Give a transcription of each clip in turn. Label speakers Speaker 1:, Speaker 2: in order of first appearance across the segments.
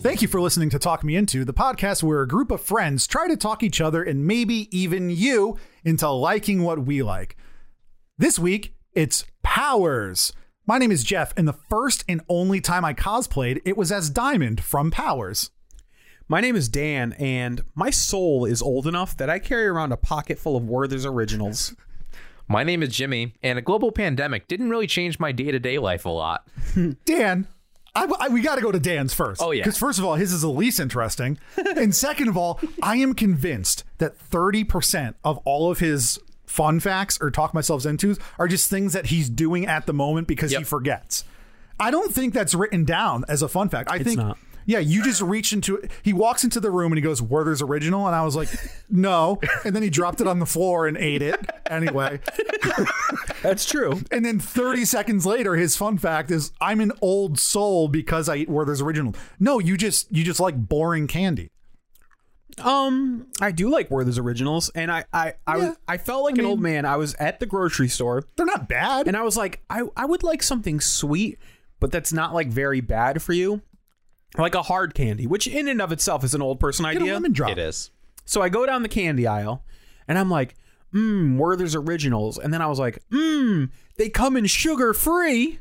Speaker 1: Thank you for listening to Talk Me Into, the podcast where a group of friends try to talk each other and maybe even you into liking what we like. This week, it's Powers. My name is Jeff, and the first and only time I cosplayed, it was as Diamond from Powers.
Speaker 2: My name is Dan, and my soul is old enough that I carry around a pocket full of Werther's originals.
Speaker 3: My name is Jimmy, and a global pandemic didn't really change my day to day life a lot.
Speaker 1: Dan, I, I- we got to go to Dan's first.
Speaker 3: Oh, yeah.
Speaker 1: Because first of all, his is the least interesting, and second of all, I am convinced that thirty percent of all of his fun facts or talk myself into are just things that he's doing at the moment because he
Speaker 3: Yep.
Speaker 1: forgets. I don't think that's written down as a fun fact. I think.
Speaker 2: not.
Speaker 1: Yeah, you just reach into He walks into the room and he goes, Werther's original. And I was like, no. And then he dropped it on the floor and ate it anyway.
Speaker 2: That's true.
Speaker 1: And then 30 seconds later, his fun fact is, "I'm an old soul because I eat Werther's original." No, you just you just like boring candy.
Speaker 2: Um, I do like Werther's originals, and I I I, was, I felt like an old man. I was at the grocery store,
Speaker 1: They're not bad.
Speaker 2: and I was like, I I would like something sweet, but that's not like very bad for you, like a hard candy, which in and of itself is an old person
Speaker 1: Get a
Speaker 2: idea.
Speaker 1: lemon drop.
Speaker 3: It is.
Speaker 2: So I go down the candy aisle, and I'm like, mmm, Werther's originals, and then I was like, mmm, they come in sugar free.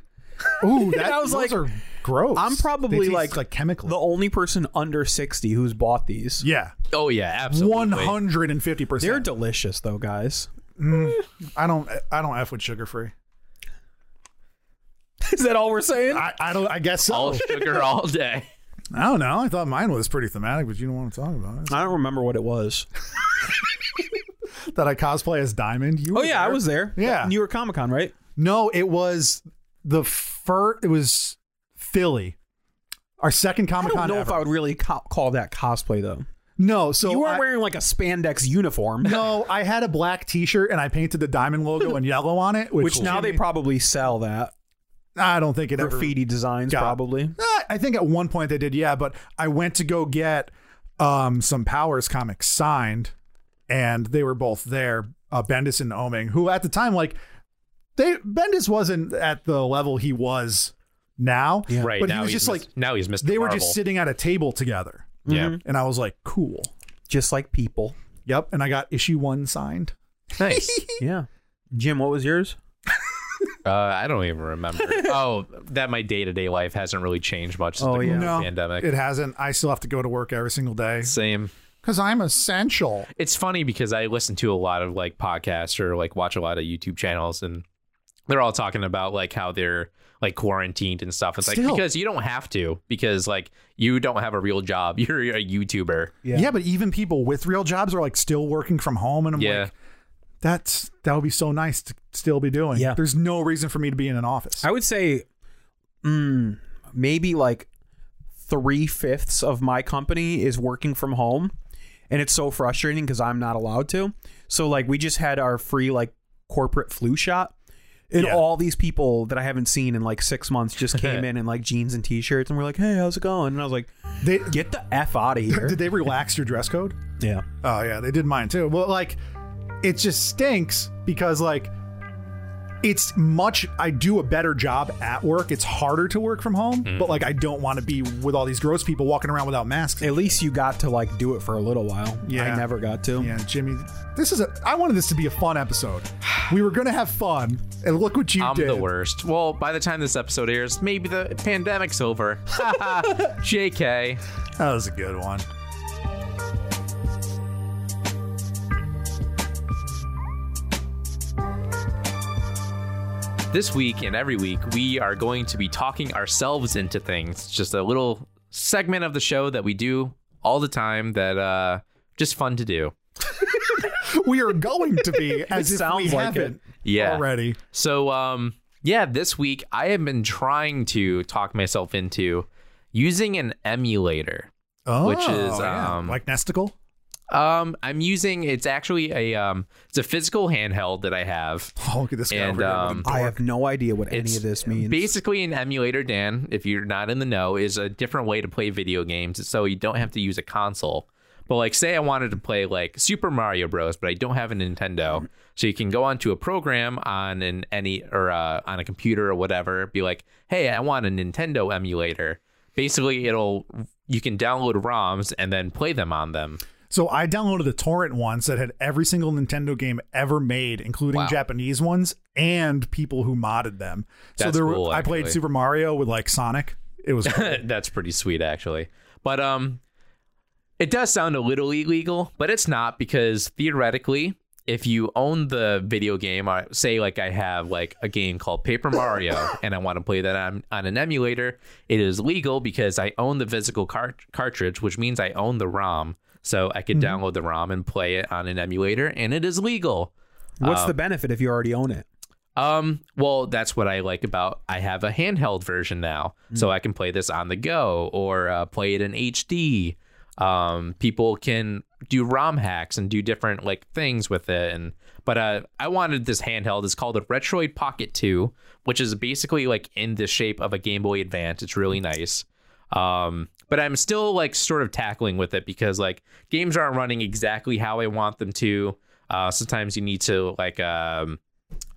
Speaker 1: Ooh, that,
Speaker 2: I was
Speaker 1: those
Speaker 2: like,
Speaker 1: are gross.
Speaker 2: I'm
Speaker 1: They
Speaker 2: probably
Speaker 1: taste
Speaker 2: like
Speaker 1: like chemical.
Speaker 2: the only person under 60 who's bought these.
Speaker 1: yeah,
Speaker 3: Oh, yeah, absolutely.
Speaker 1: one hundred and fifty
Speaker 2: They're
Speaker 1: percent.
Speaker 2: delicious though, guys.
Speaker 1: I don't I don't f with sugar free.
Speaker 2: Is that all we're saying?
Speaker 1: I, I don't. I guess so.
Speaker 3: All sugar all day.
Speaker 1: I don't know. I thought mine was pretty thematic, but you don't want to talk about
Speaker 2: I don't remember what it was.
Speaker 1: it. That I cosplay as Diamond. You
Speaker 2: Oh
Speaker 1: were
Speaker 2: yeah, I
Speaker 1: there.
Speaker 2: was there.
Speaker 1: Yeah.
Speaker 2: New York Comic Con, right?
Speaker 1: No, it was the fur. It was Philly. Our second
Speaker 2: I
Speaker 1: Comic
Speaker 2: don't
Speaker 1: Con
Speaker 2: know
Speaker 1: ever.
Speaker 2: if I would really co- call that cosplay though.
Speaker 1: no, so
Speaker 2: you were
Speaker 1: I-
Speaker 2: wearing like a spandex uniform,
Speaker 1: No, I had a black T-shirt and I painted the diamond logo in yellow on it, which,
Speaker 2: which now they probably sell that
Speaker 1: I don't think it ever.
Speaker 2: graffiti designs
Speaker 1: got-
Speaker 2: probably.
Speaker 1: Ah, I think at one point they did, yeah. But I went to go get um, some Powers comics signed, and they were both there, uh, Bendis and Oming, who at the time like they Bendis wasn't at the level he was now,
Speaker 3: Right
Speaker 1: But
Speaker 3: now,
Speaker 1: he was
Speaker 3: he's
Speaker 1: just
Speaker 3: mis-
Speaker 1: like
Speaker 3: now he's Mr.
Speaker 1: they were
Speaker 3: Marvel.
Speaker 1: just sitting at a table together,
Speaker 3: Yeah,
Speaker 1: and I was like, cool.
Speaker 2: Just like people.
Speaker 1: Yep, and I got issue one signed.
Speaker 3: nice.
Speaker 2: Yeah. Jim, what was yours?
Speaker 3: Uh, I don't even remember. oh, that my day to day life hasn't really changed much since
Speaker 2: Oh,
Speaker 3: the
Speaker 2: yeah.
Speaker 3: global
Speaker 1: No,
Speaker 3: pandemic.
Speaker 1: it hasn't. I still have to go to work every single day
Speaker 3: Same.
Speaker 1: because I'm essential.
Speaker 3: It's funny because I listen to a lot of like podcasts or like watch a lot of YouTube channels, and they're all talking about like how they're like quarantined and stuff. It's
Speaker 1: Still.
Speaker 3: like because you don't have to because like you don't have a real job. You're a YouTuber.
Speaker 1: Yeah. but even people with real jobs are like still working from home, and I'm
Speaker 3: yeah.
Speaker 1: like, that's that would be so nice to still be doing.
Speaker 2: Yeah.
Speaker 1: there's no reason for me to be in an office.
Speaker 2: I would say mm, maybe like three fifths of my company is working from home. And it's so frustrating because I'm not allowed to. So, like, we just had our free, like, corporate flu shot. And
Speaker 1: Yeah.
Speaker 2: all these people that I haven't seen in like six months just came in in like jeans and t shirts and were like, hey, how's it going? And I was like,
Speaker 1: they
Speaker 2: get the F out of here.
Speaker 1: did they relax your dress code?
Speaker 2: yeah.
Speaker 1: Oh yeah, they did mine too. Well, like it just stinks because like it's much I do a better job at work. It's harder to work from home,
Speaker 3: Mm.
Speaker 1: but like I don't want to be with all these gross people walking around without masks.
Speaker 2: At least you got to like do it for a little while.
Speaker 1: Yeah.
Speaker 2: I never got to.
Speaker 1: Yeah, Jimmy, this is a. I wanted this to be a fun episode. We were gonna have fun, and look what you
Speaker 3: I'm
Speaker 1: did.
Speaker 3: the worst. Well, by the time this episode airs, maybe the pandemic's over. JK.
Speaker 1: That was a good one.
Speaker 3: This week and every week, we are going to be talking ourselves into things. Just a little segment of the show that we do all the time that uh just fun to do.
Speaker 1: We are going to be as
Speaker 2: It
Speaker 1: if
Speaker 2: sounds
Speaker 1: we
Speaker 2: like
Speaker 1: haven't
Speaker 3: Yeah.
Speaker 1: already.
Speaker 3: So um yeah, this week I have been trying to talk myself into using an emulator.
Speaker 1: Oh,
Speaker 3: Which is, um,
Speaker 1: like Nesticle.
Speaker 3: Um, I'm using it's actually a um, it's a physical handheld that I have.
Speaker 1: Oh, look at this guy
Speaker 3: and,
Speaker 1: over here. with
Speaker 3: um,
Speaker 1: the
Speaker 2: I
Speaker 1: dork.
Speaker 2: have no idea what any
Speaker 3: It's
Speaker 2: of this means.
Speaker 3: Basically, an emulator, Dan, if you're not in the know, is a different way to play video games. So you don't have to use a console. But like, say I wanted to play like Super Mario Bros, but I don't have a Nintendo, so you can go onto a program on an any or uh, on a computer or whatever. Be like, hey, I want a Nintendo emulator. Basically, it'll you can download ROMs and then play them on them.
Speaker 1: So I downloaded a torrent once that had every single Nintendo game ever made, including
Speaker 3: Wow.
Speaker 1: Japanese ones and people who modded them. so
Speaker 3: That's
Speaker 1: there, were-
Speaker 3: cool,
Speaker 1: I played
Speaker 3: actually.
Speaker 1: Super Mario with like Sonic. It was
Speaker 3: That's pretty sweet, actually. But um, it does sound a little illegal, but it's not because theoretically, if you own the video game, or say like I have like a game called Paper Mario, and I want to play that on, on an emulator, it is legal because I own the physical cart- cartridge, which means I own the ROM, so I could download the ROM and play it on an emulator, and it is legal.
Speaker 2: What's the benefit if you already own it?
Speaker 3: Um, well, that's what I like about I have a handheld version now, so I can play this on the go or uh, play it in HD. Um, people can do ROM hacks and do different like things with it. And but uh, I wanted this handheld. It's called a Retroid Pocket Two, which is basically like in the shape of a Game Boy Advance. It's really nice. Um, but I'm still like sort of tackling with it because like games aren't running exactly how I want them to. Uh, sometimes you need to like um,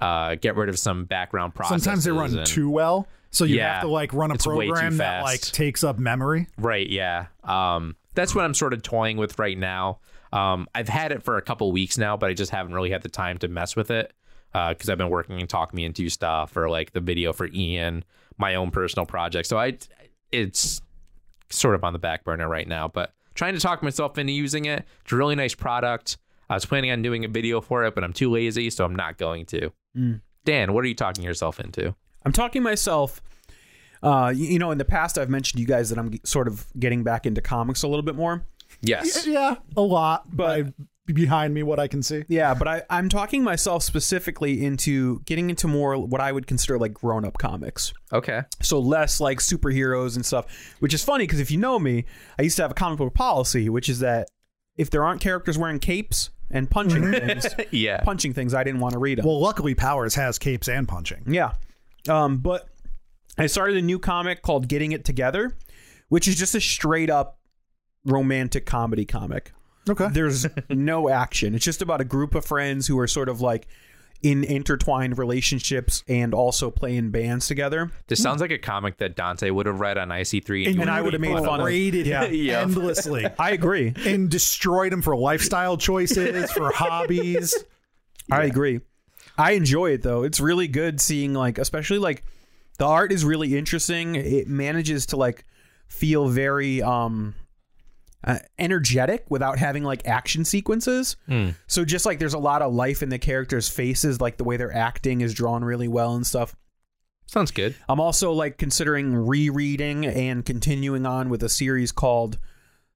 Speaker 3: uh, get rid of some background processes.
Speaker 1: sometimes they run
Speaker 3: and-
Speaker 1: too well, so you
Speaker 3: Yeah,
Speaker 1: have to like run a
Speaker 3: it's way too
Speaker 1: program that
Speaker 3: fast.
Speaker 1: like takes up memory.
Speaker 3: Right, yeah. Um, that's what I'm sort of toying with right now. Um, I've had it for a couple weeks now, but I just haven't really had the time to mess with it because I've been working and talk me into stuff or like the video for Ian, my own personal project. So I, it's sort of on the back burner right now, but trying to talk myself into using it. It's a really nice product. I was planning on doing a video for it, but I'm too lazy, so I'm not going to. Dan, what are you talking yourself into?
Speaker 2: I'm talking myself. Uh, you, you know, in the past, I've mentioned to you guys that I'm g- sort of getting back into comics a little bit more.
Speaker 3: Yes.
Speaker 1: Yeah, a lot,
Speaker 2: But-
Speaker 1: but behind me, what I can see.
Speaker 2: Yeah, but I, I'm talking myself specifically into getting into more what I would consider like grown up comics.
Speaker 3: Okay.
Speaker 2: so less like superheroes and stuff which is funny because if you know me i used to have a comic book policy which is that if there aren't characters wearing capes and punching things
Speaker 3: Yeah.
Speaker 2: punching things i didn't want to read them
Speaker 1: Well, luckily, Powers has capes and punching.
Speaker 2: yeah um, but i started a new comic called getting it together which is just a straight up romantic comedy comic
Speaker 1: Okay,
Speaker 2: there's no action. It's just about a group of friends who are sort of like in intertwined relationships and also play in bands together.
Speaker 3: This sounds like a comic that Dante would have read on IC3.
Speaker 2: and I would've made fun of-
Speaker 1: rated
Speaker 2: Yeah.
Speaker 1: him
Speaker 3: Yeah.
Speaker 1: endlessly
Speaker 2: I agree.
Speaker 1: and destroyed him for lifestyle choices, for hobbies.
Speaker 2: I agree. I enjoy it though. It's really good seeing like especially like the art is really interesting. It manages to like feel very um uh, energetic without having like action sequences. So just like there's a lot of life in the characters' faces, like the way they're acting is drawn really well and stuff.
Speaker 3: Sounds good.
Speaker 2: I'm also like considering rereading and continuing on with a series called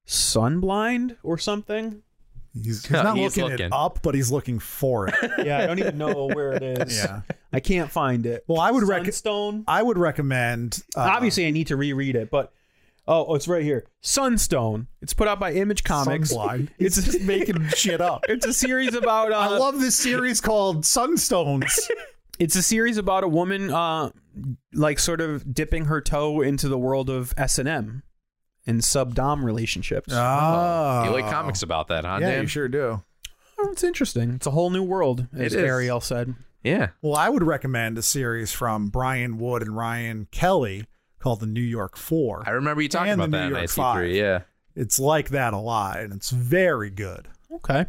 Speaker 2: Sunblind or something.
Speaker 1: He's, he's not
Speaker 3: He is
Speaker 1: looking, it
Speaker 3: looking.
Speaker 1: up, but he's looking for it.
Speaker 2: Yeah, I don't even know where it is.
Speaker 1: Yeah.
Speaker 2: I can't find it.
Speaker 1: Well, I would rec-
Speaker 2: Sunstone.
Speaker 1: I would recommend. Uh,
Speaker 2: Uh, Obviously, I need to reread it, but oh, oh, it's right here. Sunstone. It's put out by Image Comics.
Speaker 1: Sunblind.
Speaker 2: It's
Speaker 1: just making shit up.
Speaker 2: it's a series about uh,
Speaker 1: I love this series called Sunstones.
Speaker 2: it's a series about a woman uh like sort of dipping her toe into the world of S and M and sub dom relationships.
Speaker 1: Oh,
Speaker 3: You like comics about that, huh,
Speaker 1: Yeah,
Speaker 3: Dan?
Speaker 1: you sure do.
Speaker 2: Oh, it's interesting. It's a whole new world,
Speaker 3: is.
Speaker 2: as Ariel said.
Speaker 3: Yeah.
Speaker 1: Well, I would recommend a series from Brian Wood and Ryan Kelly called The New York Four.
Speaker 3: I remember you talking
Speaker 1: And the
Speaker 3: about that
Speaker 1: New
Speaker 3: in
Speaker 1: York
Speaker 3: IC3.
Speaker 1: Five.
Speaker 3: Yeah.
Speaker 1: It's like that a lot, and it's very good.
Speaker 2: Okay.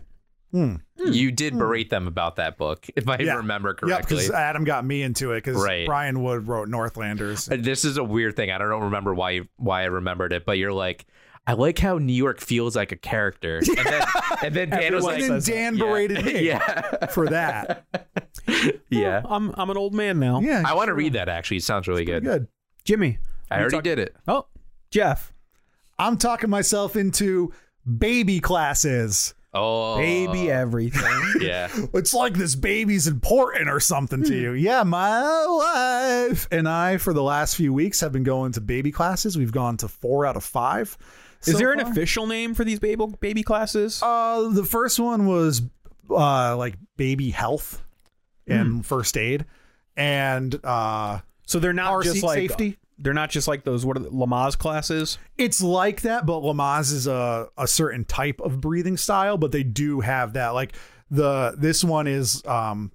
Speaker 1: Hmm.
Speaker 3: You did berate them about that book, if I
Speaker 1: Yeah.
Speaker 3: remember
Speaker 1: Yeah,
Speaker 3: correctly.
Speaker 1: because Adam got me into it because
Speaker 3: Right.
Speaker 1: Brian Wood wrote Northlanders.
Speaker 3: Uh, this is a weird thing. I don't remember why why I remembered it, but you're like, I like how New York feels like a character. And then, and then Dan was
Speaker 2: Everyone
Speaker 3: like,
Speaker 1: and then
Speaker 2: says that.
Speaker 1: Dan
Speaker 3: yeah.
Speaker 1: berated me
Speaker 3: yeah.
Speaker 1: for that.
Speaker 3: Yeah.
Speaker 2: I'm I'm an old man now.
Speaker 1: Yeah,
Speaker 3: I want to read that, actually. It sounds really good.
Speaker 1: good.
Speaker 2: Jimmy.
Speaker 3: I already did it.
Speaker 2: Oh, Jeff.
Speaker 1: I'm talking myself into baby classes.
Speaker 3: Oh,
Speaker 2: Baby everything.
Speaker 3: Yeah.
Speaker 1: It's like this baby's important or something
Speaker 2: Hmm.
Speaker 1: to you. Yeah, my wife and I, for the last few weeks, have been going to baby classes. We've gone to four out of five.
Speaker 2: Is
Speaker 1: so
Speaker 2: there an
Speaker 1: far.
Speaker 2: official name for these baby baby classes?
Speaker 1: Uh, the first one was uh, like baby health
Speaker 2: Hmm.
Speaker 1: and first aid, and uh,
Speaker 2: so they're not
Speaker 1: our
Speaker 2: just
Speaker 1: seat
Speaker 2: like
Speaker 1: safety?
Speaker 2: They're not just like those what are the Lamaze classes.
Speaker 1: it's like that. But Lamaze is a a certain type of breathing style, but they do have that. Like the this one is um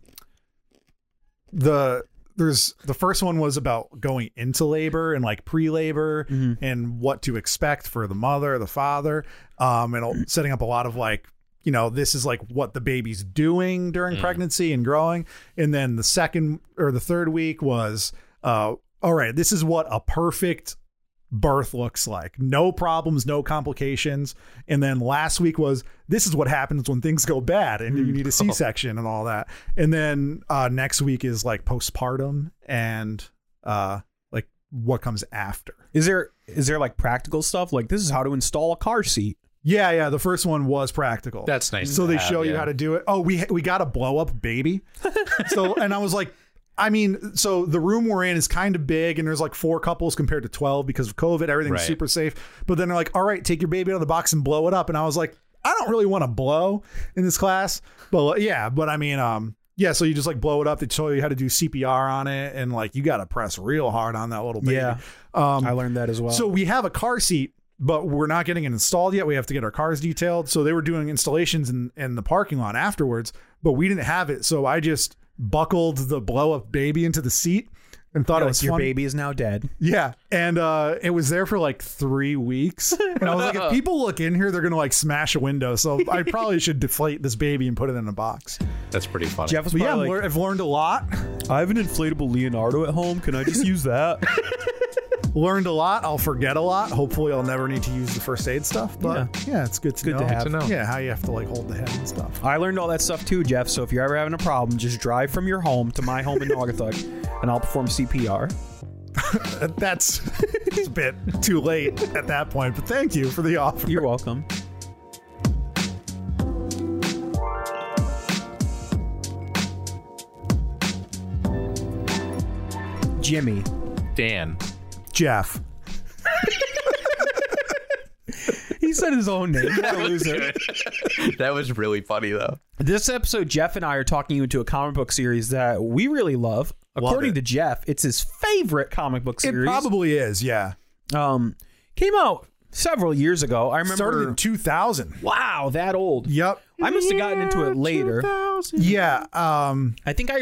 Speaker 1: the there's the first one was about going into labor and like pre-labor and what to expect for the mother, the father, um, and setting up a lot of like you know this is like what the baby's doing during pregnancy and growing, and then the second or the third week was uh, all right, this is what a perfect birth looks like no problems no complications and then last week was this is what happens when things go bad and you need a c-section and all that and then uh next week is like postpartum and uh like what comes after
Speaker 2: Is there is there like practical stuff like this is how to install a car seat?
Speaker 1: yeah yeah the first one was practical
Speaker 3: That's nice
Speaker 1: so
Speaker 3: to
Speaker 1: they
Speaker 3: have,
Speaker 1: show you
Speaker 3: yeah.
Speaker 1: how to do it oh we we got a blow up baby so and i was like I mean, so the room we're in is kind of big, and there's like four couples compared to 12 because of COVID. Everything's
Speaker 3: Right.
Speaker 1: super safe. But then they're like, all right, take your baby out of the box and blow it up. And I was like, I don't really want to blow in this class. But like, yeah, but I mean, um, yeah, so you just like blow it up. They show you how to do CPR on it, and like you got to press real hard on that little baby.
Speaker 2: Yeah.
Speaker 1: Um,
Speaker 2: I learned that as well.
Speaker 1: so we have a car seat, but we're not getting it installed yet. We have to get our cars detailed. So they were doing installations in, in the parking lot afterwards, but we didn't have it. So I just buckled the blow up baby into the seat and thought it
Speaker 2: like
Speaker 1: was
Speaker 2: your
Speaker 1: fun.
Speaker 2: baby is now dead.
Speaker 1: Yeah. And uh, it was there for like three weeks. And I was like, if people look in here, they're going to like smash a window. So I probably should deflate this baby and put it in a box.
Speaker 3: That's pretty funny.
Speaker 2: Jeff was
Speaker 1: But yeah,
Speaker 2: probably
Speaker 1: I'm lear-
Speaker 2: like,
Speaker 1: I've learned a lot.
Speaker 2: I have an inflatable Leonardo at home. Can I just use that?
Speaker 1: Learned a lot. I'll forget a lot. Hopefully, I'll never need to use the first aid stuff. But yeah, it's good to
Speaker 2: Good
Speaker 1: know.
Speaker 2: to have. Good
Speaker 3: to know.
Speaker 1: Yeah, how you have to like hold the head and stuff.
Speaker 2: I learned all that stuff too, Jeff. So if you're ever having a problem, just drive from your home to my home in Naugatuck, and I'll perform CPR.
Speaker 1: That's it's a bit too late at that point, but thank you for the offer.
Speaker 2: You're welcome. Jimmy,
Speaker 3: Dan.
Speaker 1: Jeff.
Speaker 2: he said his own name. What a loser.
Speaker 3: that was really funny though.
Speaker 2: This episode, Jeff and I are talking you into a comic book series that we really love. According
Speaker 1: it.
Speaker 2: to Jeff, it's his favorite comic book
Speaker 1: It
Speaker 2: series.
Speaker 1: probably is, yeah.
Speaker 2: um, came out several years ago. I remember.
Speaker 1: Started in 2000.
Speaker 2: wow, that old.
Speaker 1: Yep.
Speaker 2: I must have gotten into it later.
Speaker 1: Yeah. Um,
Speaker 2: I think I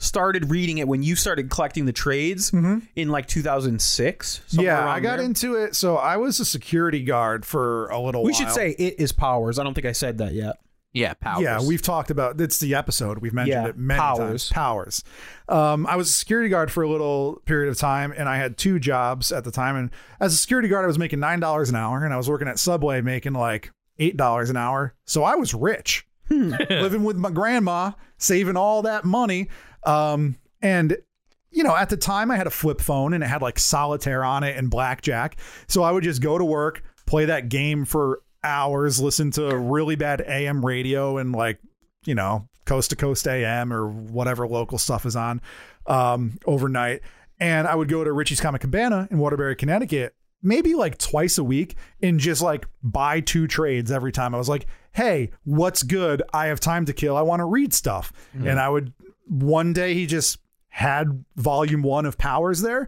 Speaker 2: started reading it when you started collecting the trades in like 2006. somewhere
Speaker 1: Mm-hmm. yeah,
Speaker 2: around
Speaker 1: I got
Speaker 2: there.
Speaker 1: into it. So I was a security guard for a little
Speaker 2: We
Speaker 1: while.
Speaker 2: should say it is Powers. I don't think I said that yet.
Speaker 3: Yeah, powers.
Speaker 1: Yeah, we've talked about it's the episode we've mentioned
Speaker 2: Yeah,
Speaker 1: it many times.
Speaker 2: Powers.
Speaker 1: Powers. Um, I was a security guard for a little period of time, and I had two jobs at the time. And as a security guard, I was making nine dollars an hour, and I was working at Subway making like eight dollars an hour. So I was rich,
Speaker 2: Hmm.
Speaker 1: living with my grandma, saving all that money. Um, and you know, at the time I had a flip phone and it had like solitaire on it and blackjack. So I would just go to work, play that game for hours, listen to really bad AM radio and like, you know, coast to coast AM or whatever local stuff is on um, overnight. And I would go to Richie's Comic Cabana in Waterbury, Connecticut, maybe like twice a week and just like buy two trades every time. I was like, hey, what's good? I have time to kill. I want to read stuff. And I would, one day he just, had volume one of powers there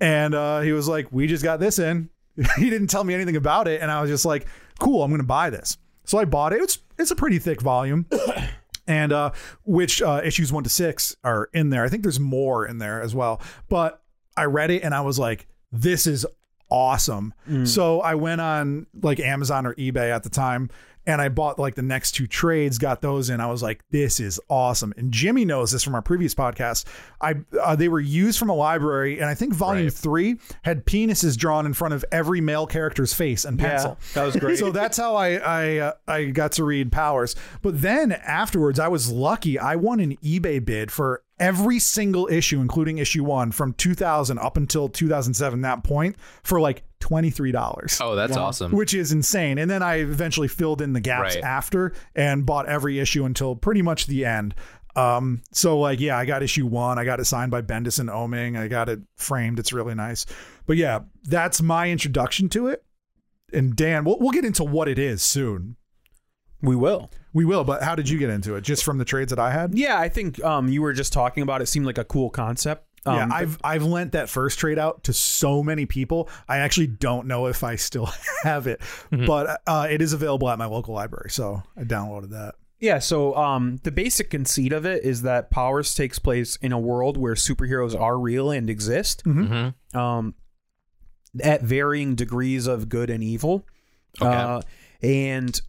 Speaker 1: and uh, he was like we just got this in he didn't tell me anything about it and i was just like cool i'm gonna buy this so i bought it it's it's a pretty thick volume and uh which uh issues one to six are in there i think there's more in there as well but i read it and i was like this is awesome so i went on like amazon or ebay at the time and i bought like the next two trades got those in i was like this is awesome and jimmy knows this from our previous podcast i uh, they were used from a library and i think volume
Speaker 3: Right.
Speaker 1: three had penises drawn in front of every male character's face and pencil
Speaker 2: that was great.
Speaker 1: so that's how I I uh, I got to read Powers. But then afterwards, I was lucky. I won an eBay bid for every single issue, including issue one from 2000 up until 2007. That point for like $23.
Speaker 3: Oh, that's awesome.
Speaker 2: Mm-hmm.
Speaker 1: Which is insane. And then I eventually filled in the gaps
Speaker 3: Right.
Speaker 1: after and bought every issue until pretty much the end. Um, so like, yeah, I got issue one. I got it signed by Bendis and Oming. I got it framed. It's really nice. But yeah, that's my introduction to it. And Dan, we'll, we'll get into what it is soon.
Speaker 2: We will.
Speaker 1: We will. But how did you get into it? Just from the trades that I had?
Speaker 2: Yeah, I think um, you were just talking about it. Seemed like a cool concept. Um,
Speaker 1: yeah, I've I've lent that first trade out to so many people. I actually don't know if I still have it,
Speaker 2: Mm-hmm.
Speaker 1: but uh, it is available at my local library. So I downloaded that.
Speaker 2: Yeah, so um, the basic conceit of it is that Powers takes place in a world where superheroes are real and exist, um, at varying degrees of good and evil.
Speaker 3: Okay.
Speaker 2: Uh, and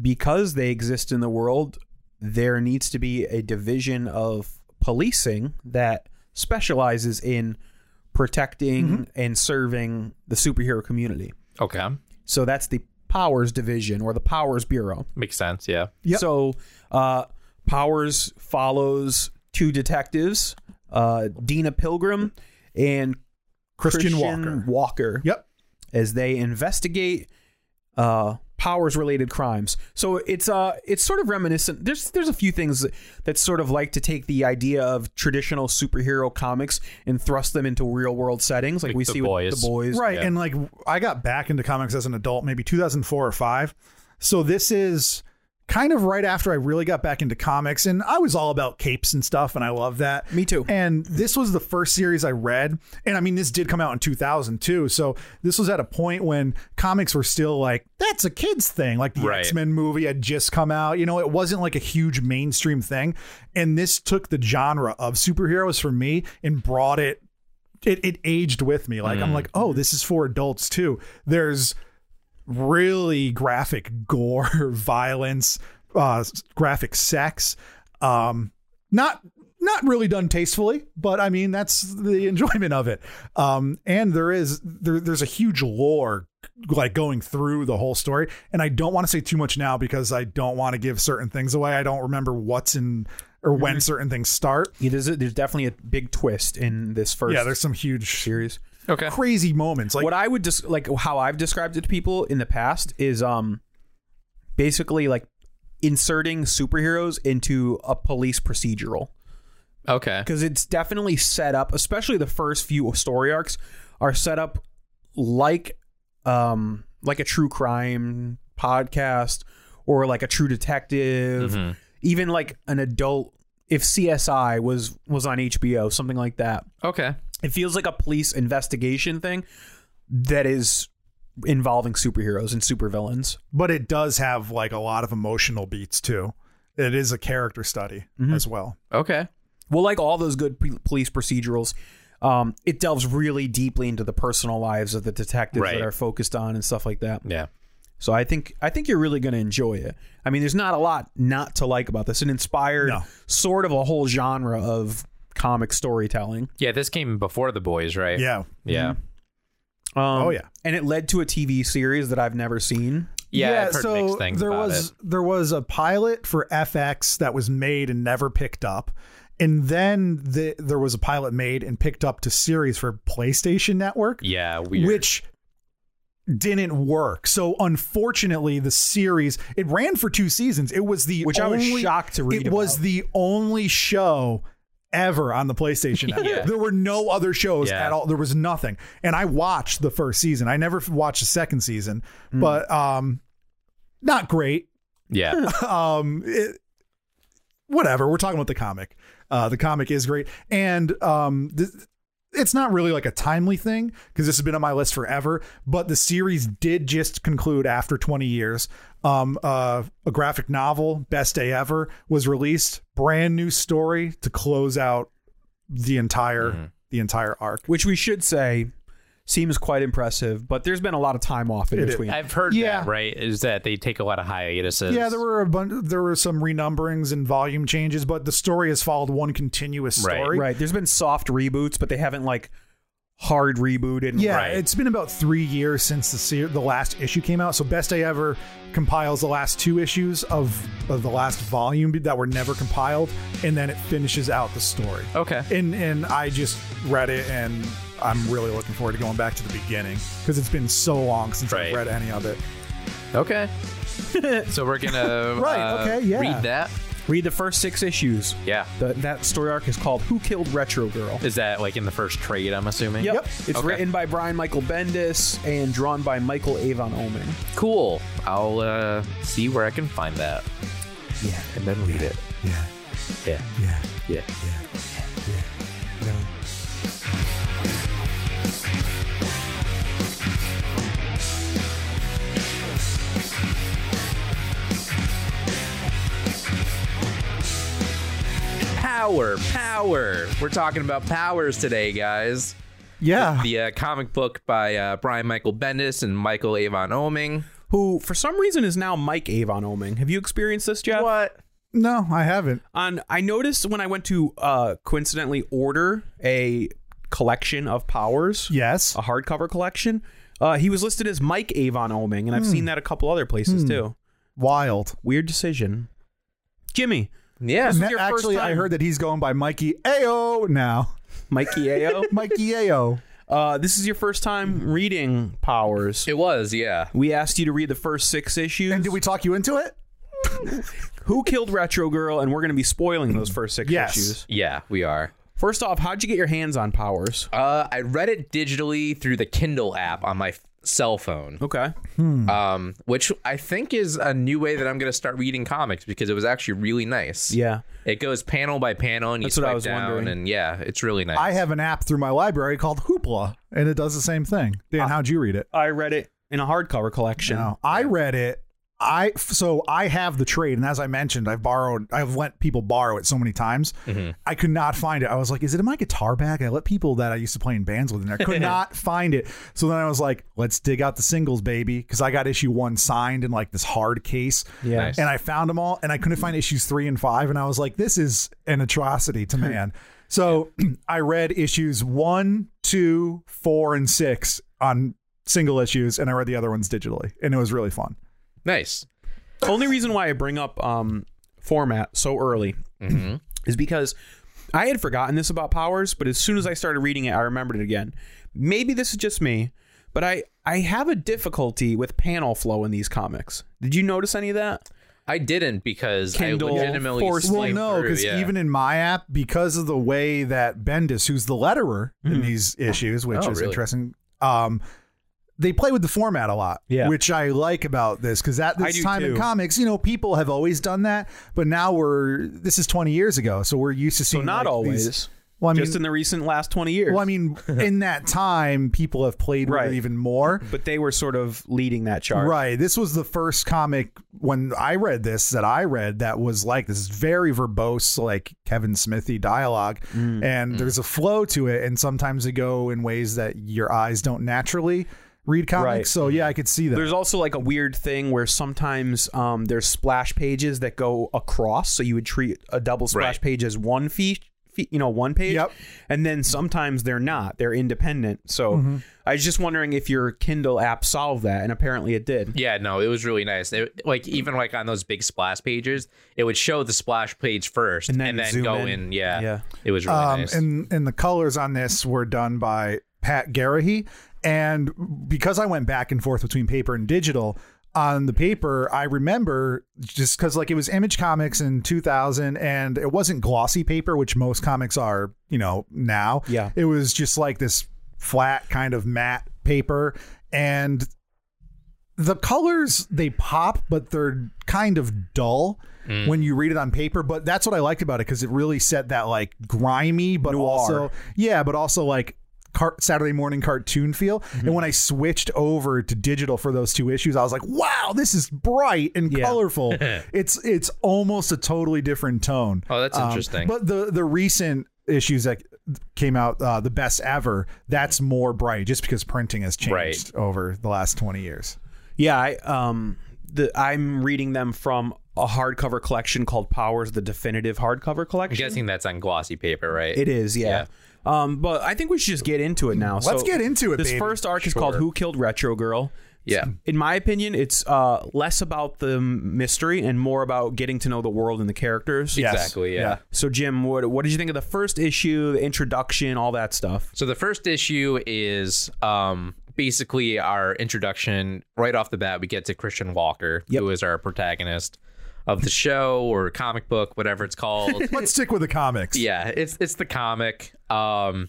Speaker 2: because they exist in the world, there needs to be a division of policing that specializes in protecting and serving the superhero community.
Speaker 3: Okay.
Speaker 2: So that's the Powers Division or the Powers Bureau.
Speaker 3: Makes sense. Yeah.
Speaker 1: Yep.
Speaker 2: So uh, Powers follows two detectives, uh, Dina Pilgrim and
Speaker 1: Christian Walker.
Speaker 2: Walker,
Speaker 1: Yep.
Speaker 2: as they investigate uh, Powers related crimes. So it's uh it's sort of reminiscent. There's there's a few things that, that sort of like to take the idea of traditional superhero comics and thrust them into real world settings, like,
Speaker 3: Like
Speaker 2: we
Speaker 3: The
Speaker 2: see with
Speaker 3: Boys.
Speaker 2: the boys,
Speaker 1: Right. And like I got back into comics as an adult, maybe 2004 or 5. So this is kind of right after I really got back into comics and I was all about capes and stuff and I love that.
Speaker 2: Me too.
Speaker 1: And this was the first series I read and I mean this did come out in 2002. So this was at a point when comics were still like that's a kids thing. Like the
Speaker 3: Right.
Speaker 1: X-Men movie had just come out. You know, it wasn't like a huge mainstream thing and this took the genre of superheroes for me and brought it it, it aged with me. Like I'm like, oh, this is for adults too. There's really graphic gore, violence, uh, s- graphic sex. Um, not not really done tastefully, but I mean that's the enjoyment of it. Um, and there is there there's a huge lore like going through the whole story, and I don't want to say too much now because I don't want to give certain things away. I don't remember what's in or
Speaker 2: Mm-hmm.
Speaker 1: when certain things start.
Speaker 2: Yeah, there's, a, there's definitely a big twist in this first
Speaker 1: Yeah, there's some huge
Speaker 2: series.
Speaker 3: Okay.
Speaker 1: crazy moments like
Speaker 2: what I would just like how I've described it to people in the past is um basically like inserting superheroes into a police procedural
Speaker 3: Okay.
Speaker 2: because it's definitely set up, especially the first few story arcs are set up like um like a true crime podcast or like a true detective, even like an adult if CSI was was on HBO, something like that
Speaker 3: Okay.
Speaker 2: it feels like a police investigation thing that is involving superheroes and supervillains.
Speaker 1: but it does have like a lot of emotional beats too. It is a character study
Speaker 2: Mm-hmm.
Speaker 1: as well.
Speaker 3: Okay.
Speaker 2: Well, like all those good p- police procedurals, um, it delves really deeply into the personal lives of the detectives
Speaker 3: Right.
Speaker 2: that are focused on and stuff like that.
Speaker 3: Yeah.
Speaker 2: So I think I think you're really going to enjoy it. I mean, there's not a lot not to like about this. It inspired
Speaker 1: No.
Speaker 2: sort of a whole genre of comic storytelling.
Speaker 3: Yeah. This came before the boys, right?
Speaker 1: Yeah.
Speaker 3: Yeah.
Speaker 2: Um,
Speaker 1: Oh, yeah.
Speaker 2: and it led to a TV series that I've never seen.
Speaker 3: Yeah. I've heard mixed things
Speaker 1: there
Speaker 3: about
Speaker 1: was
Speaker 3: it.
Speaker 1: there was a pilot for FX that was made and never picked up. And then the, there was a pilot made and picked up to series for PlayStation Network.
Speaker 3: Yeah. Weird.
Speaker 1: which didn't work. So unfortunately, the series it ran for two seasons. It was the
Speaker 2: Which I was
Speaker 1: only,
Speaker 2: shocked to read
Speaker 1: It was
Speaker 2: about.
Speaker 1: the only show ever on the PlayStation. Network.
Speaker 3: Yeah.
Speaker 1: There were no other shows
Speaker 3: Yeah.
Speaker 1: at all. There was nothing. And I watched the first season. I never f- watched the second season,
Speaker 2: Hmm.
Speaker 1: but um, not great.
Speaker 3: Yeah.
Speaker 1: Um, it, whatever. We're talking about the comic. Uh, the comic is great, and um, th- it's not really like a timely thing because this has been on my list forever. But the series did just conclude after 20 years. Um, uh, a graphic novel, Best Day Ever, was released. Brand new story to close out the entire the entire arc.
Speaker 2: which we should say seems quite impressive, but there's been a lot of time off in
Speaker 1: It is.
Speaker 2: between.
Speaker 3: I've heard
Speaker 1: Yeah.
Speaker 3: that, right? Is that they take a lot of hiatuses.
Speaker 1: Yeah, there were a bunch. There were some renumberings and volume changes, but the story has followed one continuous
Speaker 3: Right.
Speaker 1: story.
Speaker 2: right. There's been soft reboots, but they haven't like hard rebooted.
Speaker 1: Yeah,
Speaker 3: Right.
Speaker 1: it's been about three years since the ser- the last issue came out. So best day ever compiles the last two issues of, of the last volume that were never compiled, and then it finishes out the story.
Speaker 3: Okay.
Speaker 1: And and I just read it and I'm really looking forward to going back to the beginning because it's been so long since I've
Speaker 3: Right.
Speaker 1: read any of it.
Speaker 3: Okay. so we're gonna
Speaker 1: Right,
Speaker 3: uh,
Speaker 1: okay, yeah.
Speaker 3: read that.
Speaker 2: Read the first six issues.
Speaker 3: Yeah.
Speaker 2: The, that story arc is called "Who Killed Retro Girl."
Speaker 3: Is that like in the first trade? I'm assuming.
Speaker 2: Yep. It's
Speaker 3: Okay.
Speaker 2: written by Brian Michael Bendis and drawn by Michael Avon Omen.
Speaker 3: Cool. I'll uh, see where I can find that
Speaker 1: Yeah,
Speaker 3: and then read it.
Speaker 1: yeah,
Speaker 3: Yeah.
Speaker 1: yeah,
Speaker 3: Yeah.
Speaker 1: you know.
Speaker 3: Power. Power. We're talking about powers today, guys.
Speaker 1: yeah.
Speaker 3: The uh, comic book by uh, Brian Michael Bendis and Michael Avon Oming.
Speaker 2: Who, for some reason, is now Mike Avon Omen. Have you experienced this, Jeff?
Speaker 3: What?
Speaker 1: no, I haven't.
Speaker 2: on I noticed when I went to uh coincidentally order a collection of powers,
Speaker 1: Yes.
Speaker 2: a hardcover collection, uh he was listed as Mike Avon Oming, and I've
Speaker 1: Hmm.
Speaker 2: seen that a couple other places too.
Speaker 1: Wild.
Speaker 2: Weird decision. Jimmy,
Speaker 3: Yeah.
Speaker 2: This is
Speaker 1: Ma-
Speaker 2: your first
Speaker 1: actually, I
Speaker 2: time.
Speaker 1: heard that he's going by Mikey Ao now.
Speaker 2: Mikey Ao.
Speaker 1: Mikey Ao.
Speaker 2: uh this is your first time reading powers.
Speaker 3: It was. Yeah.
Speaker 2: We asked you to read the first six issues.
Speaker 1: And did we talk you into it?
Speaker 2: Who killed Retro Girl? And we're going to be spoiling those first six
Speaker 1: Yes.
Speaker 2: issues.
Speaker 3: Yeah. We are.
Speaker 2: First off, how'd you get your hands on Powers?
Speaker 3: Uh, I read it digitally through the Kindle app on my f- cell phone.
Speaker 2: Okay. Hmm.
Speaker 3: um, which I think is a new way that I'm going to start reading comics because it was actually really nice.
Speaker 2: Yeah.
Speaker 3: It goes panel by panel and you
Speaker 2: That's what I
Speaker 3: swipe
Speaker 2: was
Speaker 3: down
Speaker 2: wondering.
Speaker 3: and yeah, it's really nice.
Speaker 1: I have an app through my library called Hoopla, and it does the same thing. Dan, how'd you read it?
Speaker 2: I read it in a hardcover collection.
Speaker 1: No, I read it. I so I have the trade, and as I mentioned, I've borrowed, I've let people borrow it so many times. I could not find it. I was like, "Is it in my guitar bag?" I let people that I used to play in bands with, and I could not find it. So then I was like, "Let's dig out the singles, baby," because I got issue one signed in like this hard case.
Speaker 2: Yeah.
Speaker 3: Nice.
Speaker 1: and I found them all, and I couldn't find issues three and five, and I was like, "This is an atrocity to man." So I read issues one, two, four, and six on single issues, and I read the other ones digitally, and it was really fun.
Speaker 3: nice.
Speaker 2: only reason why I bring up um, format so early is because I had forgotten this about powers, but as soon as I started reading it, I remembered it again. Maybe this is just me, but I I have a difficulty with panel flow in these comics. Did you notice any of that?
Speaker 3: I didn't because
Speaker 2: Kindle,
Speaker 3: I legitimately
Speaker 2: force-
Speaker 1: Well,
Speaker 3: swiped
Speaker 1: no,
Speaker 3: through,
Speaker 1: because
Speaker 3: yeah.
Speaker 1: even in my app, because of the way that Bendis, who's the letterer
Speaker 2: Mm-hmm.
Speaker 1: in these issues, which
Speaker 3: Oh,
Speaker 1: is
Speaker 3: really?
Speaker 1: interesting, um, they play with the format a lot,
Speaker 2: Yeah.
Speaker 1: which I like about this because at
Speaker 2: I
Speaker 1: this
Speaker 2: do
Speaker 1: time in
Speaker 2: too.
Speaker 1: comics, you know, people have always done that, but now we're this is twenty years ago, so we're used to
Speaker 2: So
Speaker 1: seeing
Speaker 2: not
Speaker 1: like,
Speaker 2: always.
Speaker 1: These, well, I mean,
Speaker 2: just in the recent last twenty years.
Speaker 1: well, I mean, in that time, people have played with
Speaker 2: Right.
Speaker 1: it even more.
Speaker 2: but they were sort of leading that charge.
Speaker 1: Right. This was the first comic when I read this that I read that was like this very verbose, like Kevin Smithy dialogue. And there's a flow to it. And sometimes they go in ways that your eyes don't naturally read comics.
Speaker 2: Right.
Speaker 1: So, yeah, I could see that.
Speaker 2: There's also like a weird thing where sometimes um, there's splash pages that go across, so you would treat a double splash
Speaker 3: Right.
Speaker 2: page as one fee, fee, you know, one page.
Speaker 1: Yep.
Speaker 2: And then sometimes they're not; they're independent. So I was just wondering if your Kindle app solved that, and apparently it did.
Speaker 3: Yeah, no, it was really nice. It, like even like on those big splash pages, it would show the splash page first
Speaker 2: And
Speaker 3: and
Speaker 2: then
Speaker 3: then,
Speaker 2: zoom
Speaker 3: go
Speaker 2: in.
Speaker 3: in. Yeah,
Speaker 2: Yeah.
Speaker 3: it was really
Speaker 1: um,
Speaker 3: nice.
Speaker 1: and, and the colors on this were done by Pat Garahy. And because I went back and forth between paper and digital, on the paper, I remember just because like it was Image Comics in 2000, and it wasn't glossy paper, which most comics are, you know, now.
Speaker 2: Yeah.
Speaker 1: It was just like this flat kind of matte paper. And the colors they pop but they're kind of dull
Speaker 3: Mm.
Speaker 1: when you read it on paper but that's what i liked about it because it really set that like grimy but also yeah but also like car- saturday morning cartoon feel
Speaker 3: Mm-hmm.
Speaker 1: and when i switched over to digital for those two issues i was like wow this is bright and
Speaker 2: Yeah.
Speaker 1: colorful it's it's almost a totally different tone Um,
Speaker 3: Oh, that's interesting.
Speaker 1: but the the recent issues that came out uh, the best ever that's more bright just because printing has
Speaker 3: Right.
Speaker 1: changed over the last 20 years
Speaker 2: Yeah, I um the I'm reading them from a hardcover collection called Powers the Definitive Hardcover
Speaker 3: I'm
Speaker 2: Collection.
Speaker 3: guessing that's on glossy paper, right?
Speaker 2: It is, yeah. Um, but I think we should just get into it now.
Speaker 1: Let's get into it,
Speaker 2: This
Speaker 1: baby.
Speaker 2: first arc is called
Speaker 3: Sure.
Speaker 2: "Who Killed Retro Girl."
Speaker 3: Yeah.
Speaker 2: in my opinion, it's uh, less about the mystery and more about getting to know the world and the characters.
Speaker 1: Yes.
Speaker 3: Exactly, yeah.
Speaker 2: So, Jim, what what did you think of the first issue, the introduction, all that stuff?
Speaker 3: So the first issue is um, basically our introduction. Right off the bat, we get to Christian Walker, who is our protagonist of the show or comic book, whatever it's called.
Speaker 1: Let's stick with the comics.
Speaker 3: yeah, it's it's the comic. Um,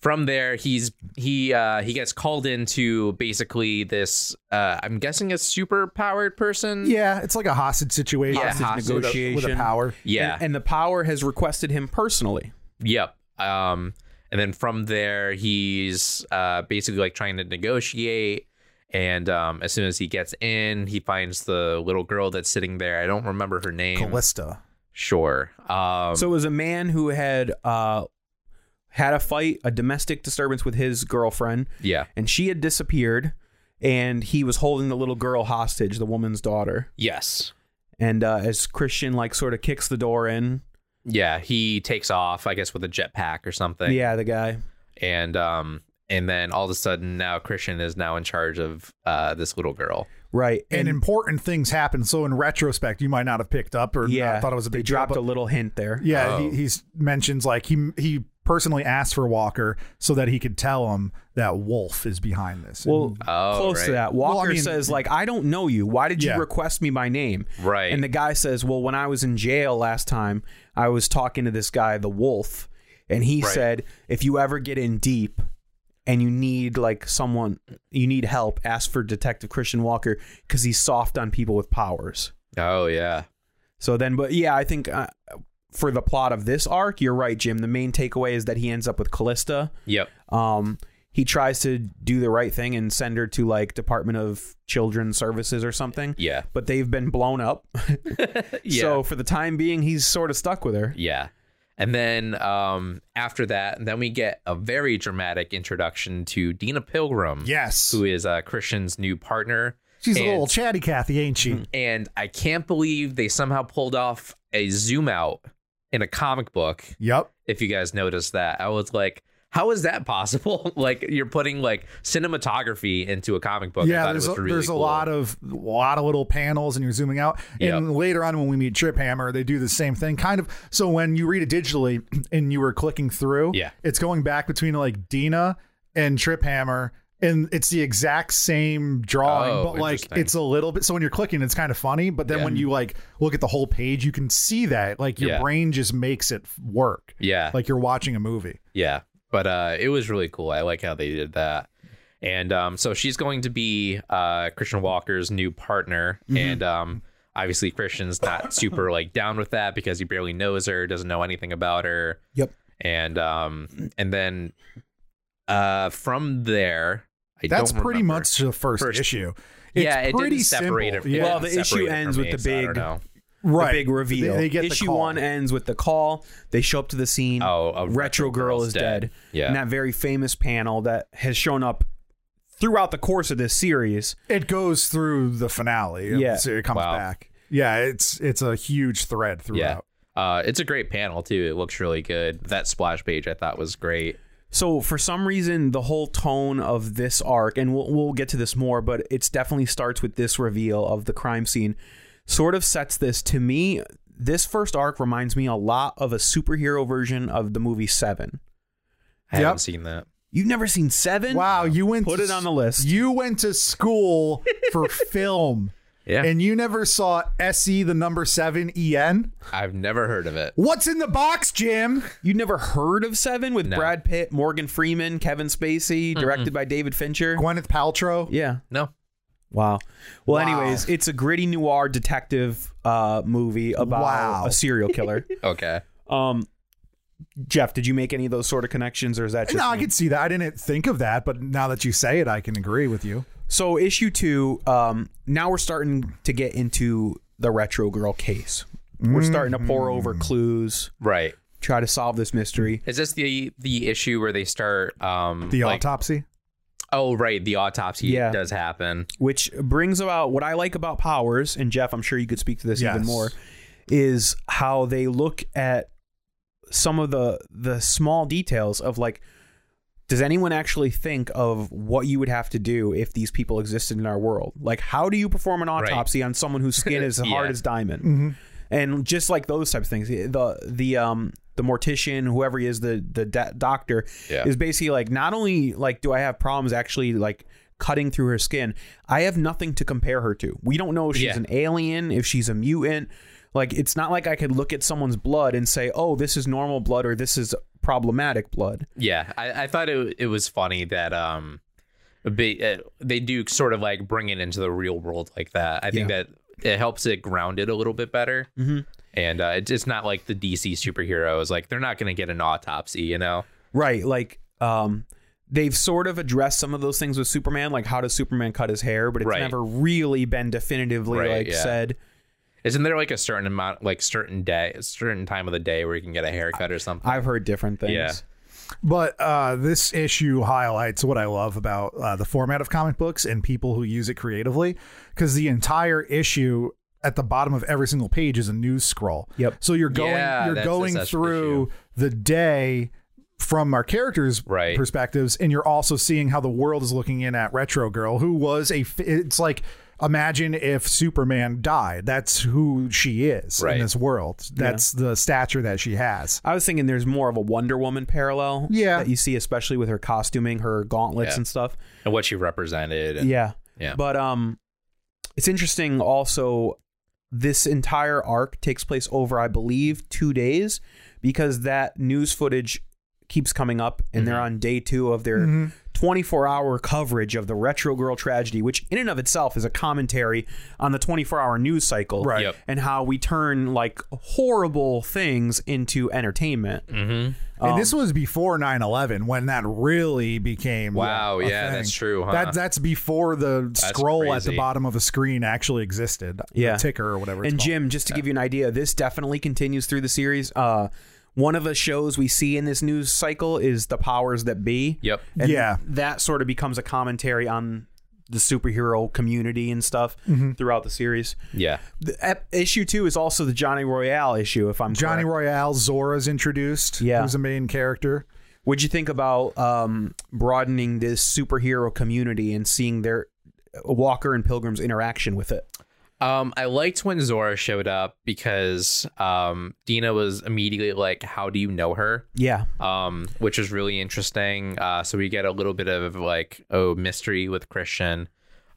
Speaker 3: from there, he's he uh, he gets called into basically this. Uh, I'm guessing a super powered person.
Speaker 1: Yeah, it's like a hostage situation.
Speaker 3: Yeah, Hostage hostage
Speaker 2: negotiation.
Speaker 1: with a power.
Speaker 3: yeah.
Speaker 2: And, and the power has requested him personally.
Speaker 3: Yep. Um, and then from there, he's uh, basically like trying to negotiate. And um, as soon as he gets in, he finds the little girl that's sitting there. I don't remember her name.
Speaker 1: Callista.
Speaker 3: Sure. Um,
Speaker 2: So it was a man who had uh, had a fight, a domestic disturbance with his girlfriend,
Speaker 3: yeah.
Speaker 2: and she had disappeared, and he was holding the little girl hostage, the woman's daughter.
Speaker 3: Yes.
Speaker 2: And uh, as Christian like sort of kicks the door in,
Speaker 3: Yeah. He takes off, I guess, with a jetpack or something.
Speaker 2: yeah, the guy.
Speaker 3: And um, and then all of a sudden, now Christian is now in charge of uh, this little girl.
Speaker 2: Right.
Speaker 1: And important things happen. So in retrospect, you might not have picked up or
Speaker 2: yeah,
Speaker 1: not thought it was a big
Speaker 2: they
Speaker 1: deal,
Speaker 2: dropped
Speaker 1: but-
Speaker 2: a little hint there.
Speaker 1: Yeah,
Speaker 3: Oh.
Speaker 1: he he's mentions like he he personally asked for Walker so that he could tell him that Wolf is behind this.
Speaker 2: Well,
Speaker 3: Oh,
Speaker 2: close to
Speaker 3: right.
Speaker 2: that.
Speaker 1: Mm. Well, I
Speaker 2: Walker
Speaker 1: mean-
Speaker 2: says, like, I don't know you. Why did you
Speaker 1: Yeah.
Speaker 2: request me by name?
Speaker 3: Right.
Speaker 2: And the guy says, Well, when I was in jail last time, I was talking to this guy, the wolf, and he
Speaker 3: Right.
Speaker 2: said, If you ever get in deep and you need like someone you need help, ask for Detective Christian Walker because he's soft on people with powers.
Speaker 3: Oh yeah.
Speaker 2: So then, but yeah, I think uh, for the plot of this arc, you're right, Jim. The main takeaway is that he ends up with Callista.
Speaker 3: Yep.
Speaker 2: Um, he tries to do the right thing and send her to like Department of Children's Services or something.
Speaker 3: Yeah.
Speaker 2: But they've been blown up.
Speaker 3: Yeah.
Speaker 2: So for the time being, he's sort of stuck with her.
Speaker 3: Yeah. And then um, after that, then we get a very dramatic introduction to Dina Pilgrim,
Speaker 1: yes,
Speaker 3: who is uh, Christian's new partner.
Speaker 1: she's
Speaker 3: and,
Speaker 1: a little chatty Cathy, ain't she?
Speaker 3: And I can't believe they somehow pulled off a zoom out in a comic book.
Speaker 1: yep.
Speaker 3: If you guys noticed that, I was like, how is that possible? like you're putting like cinematography into a comic book. I
Speaker 1: yeah,
Speaker 3: thought it
Speaker 1: there's
Speaker 3: was
Speaker 1: a,
Speaker 3: really
Speaker 1: there's
Speaker 3: cool.
Speaker 1: a lot of a lot of little panels, and you're zooming out.
Speaker 3: Yep.
Speaker 1: And later on, when we meet Trip Hammer, they do the same thing, kind of. So when you read it digitally, and you were clicking through,
Speaker 3: Yeah.
Speaker 1: it's going back between like Dina and Trip Hammer. And it's the exact same drawing,
Speaker 3: Oh,
Speaker 1: but like
Speaker 3: interesting.
Speaker 1: it's a little bit. So when you're clicking, it's kind of funny. But then
Speaker 3: Yeah.
Speaker 1: when you like look at the whole page, you can see that like your
Speaker 3: Yeah.
Speaker 1: brain just makes it work,
Speaker 3: yeah.
Speaker 1: like you're watching a movie.
Speaker 3: Yeah, but uh, it was really cool. I like how they did that. And um, so she's going to be uh, Christian Walker's new partner,
Speaker 1: Mm-hmm.
Speaker 3: and um, obviously Christian's not super like down with that because he barely knows her, doesn't know anything about her,
Speaker 2: Yep.
Speaker 3: and um, and then uh, from there, I
Speaker 1: That's
Speaker 3: don't
Speaker 1: pretty
Speaker 3: remember.
Speaker 1: much the first,
Speaker 3: First-
Speaker 1: issue.
Speaker 3: yeah, it
Speaker 1: pretty
Speaker 3: didn't separate
Speaker 1: simple.
Speaker 3: it.
Speaker 1: Yeah.
Speaker 2: Well, the issue
Speaker 3: separated it
Speaker 2: ends
Speaker 3: from
Speaker 2: with
Speaker 3: me,
Speaker 2: the
Speaker 3: so I don't
Speaker 2: big-
Speaker 3: know.
Speaker 1: right.
Speaker 2: The big reveal.
Speaker 1: They, they get
Speaker 2: Issue
Speaker 1: the call.
Speaker 2: one ends with the call. They show up to the scene.
Speaker 3: Oh, a
Speaker 2: Retro Girl
Speaker 3: Girl's
Speaker 2: is
Speaker 3: dead.
Speaker 2: dead.
Speaker 3: Yeah.
Speaker 2: And that very famous panel that has shown up throughout the course of this series.
Speaker 1: It goes through the finale.
Speaker 2: Yeah.
Speaker 1: so it comes
Speaker 3: Wow.
Speaker 1: back. Yeah, it's it's a huge thread
Speaker 3: yeah.
Speaker 1: throughout.
Speaker 3: Uh, it's a great panel too. It looks really good. That splash page I thought was great.
Speaker 2: So for some reason, the whole tone of this arc, and we'll, we'll get to this more, but it's definitely starts with this reveal of the crime scene. Sort of sets this to me. This first arc reminds me a lot of a superhero version of the movie Seven.
Speaker 3: I
Speaker 1: Yep.
Speaker 3: haven't seen that.
Speaker 2: You've never seen Seven?
Speaker 1: Wow, you went
Speaker 2: Put
Speaker 1: to
Speaker 2: it on
Speaker 1: s-
Speaker 2: the list.
Speaker 1: You went to school for film,
Speaker 3: Yeah,
Speaker 1: and you never saw SE the number seven EN.
Speaker 3: I've never heard of it.
Speaker 1: What's in the box, Jim?
Speaker 2: You never heard of Seven with
Speaker 3: No.
Speaker 2: Brad Pitt, Morgan Freeman, Kevin Spacey, directed by David Fincher?
Speaker 1: Gwyneth Paltrow.
Speaker 2: Yeah.
Speaker 3: No.
Speaker 2: Wow. Well,
Speaker 1: Wow.
Speaker 2: anyways, it's a gritty noir detective uh, movie about
Speaker 1: Wow.
Speaker 2: a serial killer.
Speaker 3: Okay.
Speaker 2: um, Jeff, did you make any of those sort of connections, or is that just
Speaker 1: No, I
Speaker 2: me?
Speaker 1: could see that. I didn't think of that, but now that you say it, I can agree with you.
Speaker 2: so? Issue two. Um, now we're starting to get into the retro girl case. We're starting to pour
Speaker 1: Mm-hmm.
Speaker 2: over clues,
Speaker 3: Right.
Speaker 2: try to solve this mystery.
Speaker 3: Is this the the issue where they start um
Speaker 1: The
Speaker 3: like-
Speaker 1: autopsy.
Speaker 3: Oh right, the autopsy
Speaker 2: Yeah.
Speaker 3: does happen.
Speaker 2: which brings about what I like about powers, and Jeff, I'm sure you could speak to this even
Speaker 1: Yes.
Speaker 2: more, is how they look at some of the the small details of like does anyone actually think of what you would have to do if these people existed in our world? Like, how do you perform an autopsy on someone whose skin is hard
Speaker 3: Yeah. Mm-hmm.
Speaker 2: as diamond? And just like those types of things, the the um the mortician, whoever he is, the the da- doctor
Speaker 3: Yeah.
Speaker 2: is basically like, not only like do I have problems actually like cutting through her skin, I have nothing to compare her to. We don't know if she's
Speaker 3: Yeah.
Speaker 2: an alien, if she's a mutant. Like, it's not like I could look at someone's blood and say, oh, this is normal blood or this is problematic blood.
Speaker 3: Yeah, I, I thought it it was funny that um, be, uh, they do sort of like bring it into the real world like that. I think that it helps it grounded a little bit better, mm-hmm. and uh, it's it's not like the DC superheroes like they're not going to get an autopsy, you know?
Speaker 2: Right. Like, um, they've sort of addressed some of those things with Superman, like how does Superman cut his hair, but it's
Speaker 3: Right.
Speaker 2: never really been definitively
Speaker 3: Right,
Speaker 2: like
Speaker 3: yeah.
Speaker 2: said.
Speaker 3: Isn't there like a certain amount, like certain day, a certain time of the day where you can get a haircut or something?
Speaker 2: I've heard different things.
Speaker 3: Yeah.
Speaker 1: But uh, this issue highlights what I love about uh, the format of comic books and people who use it creatively, because the entire issue at the bottom of every single page is a news scroll.
Speaker 2: Yep.
Speaker 1: So you're going
Speaker 3: Yeah,
Speaker 1: you're
Speaker 3: that's-
Speaker 1: going
Speaker 3: that's such an
Speaker 1: through the day from our characters'
Speaker 3: Right.
Speaker 1: perspectives, and you're also seeing how the world is looking in at Retro Girl, who was a. f- It's like imagine if Superman died. That's who she is
Speaker 3: Right.
Speaker 1: in this world. That's the stature that she has.
Speaker 2: I was thinking there's more of a Wonder Woman parallel
Speaker 1: Yeah.
Speaker 2: that you see, especially with her costuming, her gauntlets
Speaker 3: Yeah.
Speaker 2: and stuff.
Speaker 3: and what she represented. And,
Speaker 2: Yeah.
Speaker 3: Yeah.
Speaker 2: But um it's interesting also this entire arc takes place over I believe 2 days because that news footage keeps coming up and they're
Speaker 3: Mm-hmm.
Speaker 2: on day 2 of their 24-hour coverage of the Retro Girl tragedy which in and of itself is a commentary on the 24-hour news cycle
Speaker 1: Right.
Speaker 3: Yep.
Speaker 2: and how we turn like horrible things into entertainment.
Speaker 1: and this was before 9-11 when that really became
Speaker 3: Wow,
Speaker 1: a
Speaker 3: yeah,
Speaker 1: thing.
Speaker 3: that's true, huh?
Speaker 1: that, that's before the scroll at the
Speaker 3: crazy.
Speaker 1: bottom of the screen actually existed the
Speaker 2: Yeah.
Speaker 1: ticker or whatever it's
Speaker 2: and
Speaker 1: called.
Speaker 2: Jim, just to give you an idea, this definitely continues through the series. Uh, one of the shows we see in this news cycle is the powers that be.
Speaker 3: Yep.
Speaker 2: And
Speaker 1: Yeah.
Speaker 2: that sort of becomes a commentary on the superhero community and stuff throughout the series.
Speaker 3: Yeah.
Speaker 2: The, ep- issue two is also the Johnny Royale issue. If I'm
Speaker 1: Johnny
Speaker 2: correct.
Speaker 1: Royale Zora's introduced
Speaker 2: Yeah.
Speaker 1: who's a main character
Speaker 2: what'd you think about um, broadening this superhero community and seeing their uh, Walker and Pilgrim's interaction with it?
Speaker 3: Um, I liked when Zora showed up because um, Dina was immediately like, "How do you know her?"
Speaker 2: Yeah,
Speaker 3: Um, which is really interesting. Uh, so we get a little bit of like, oh, mystery with Christian.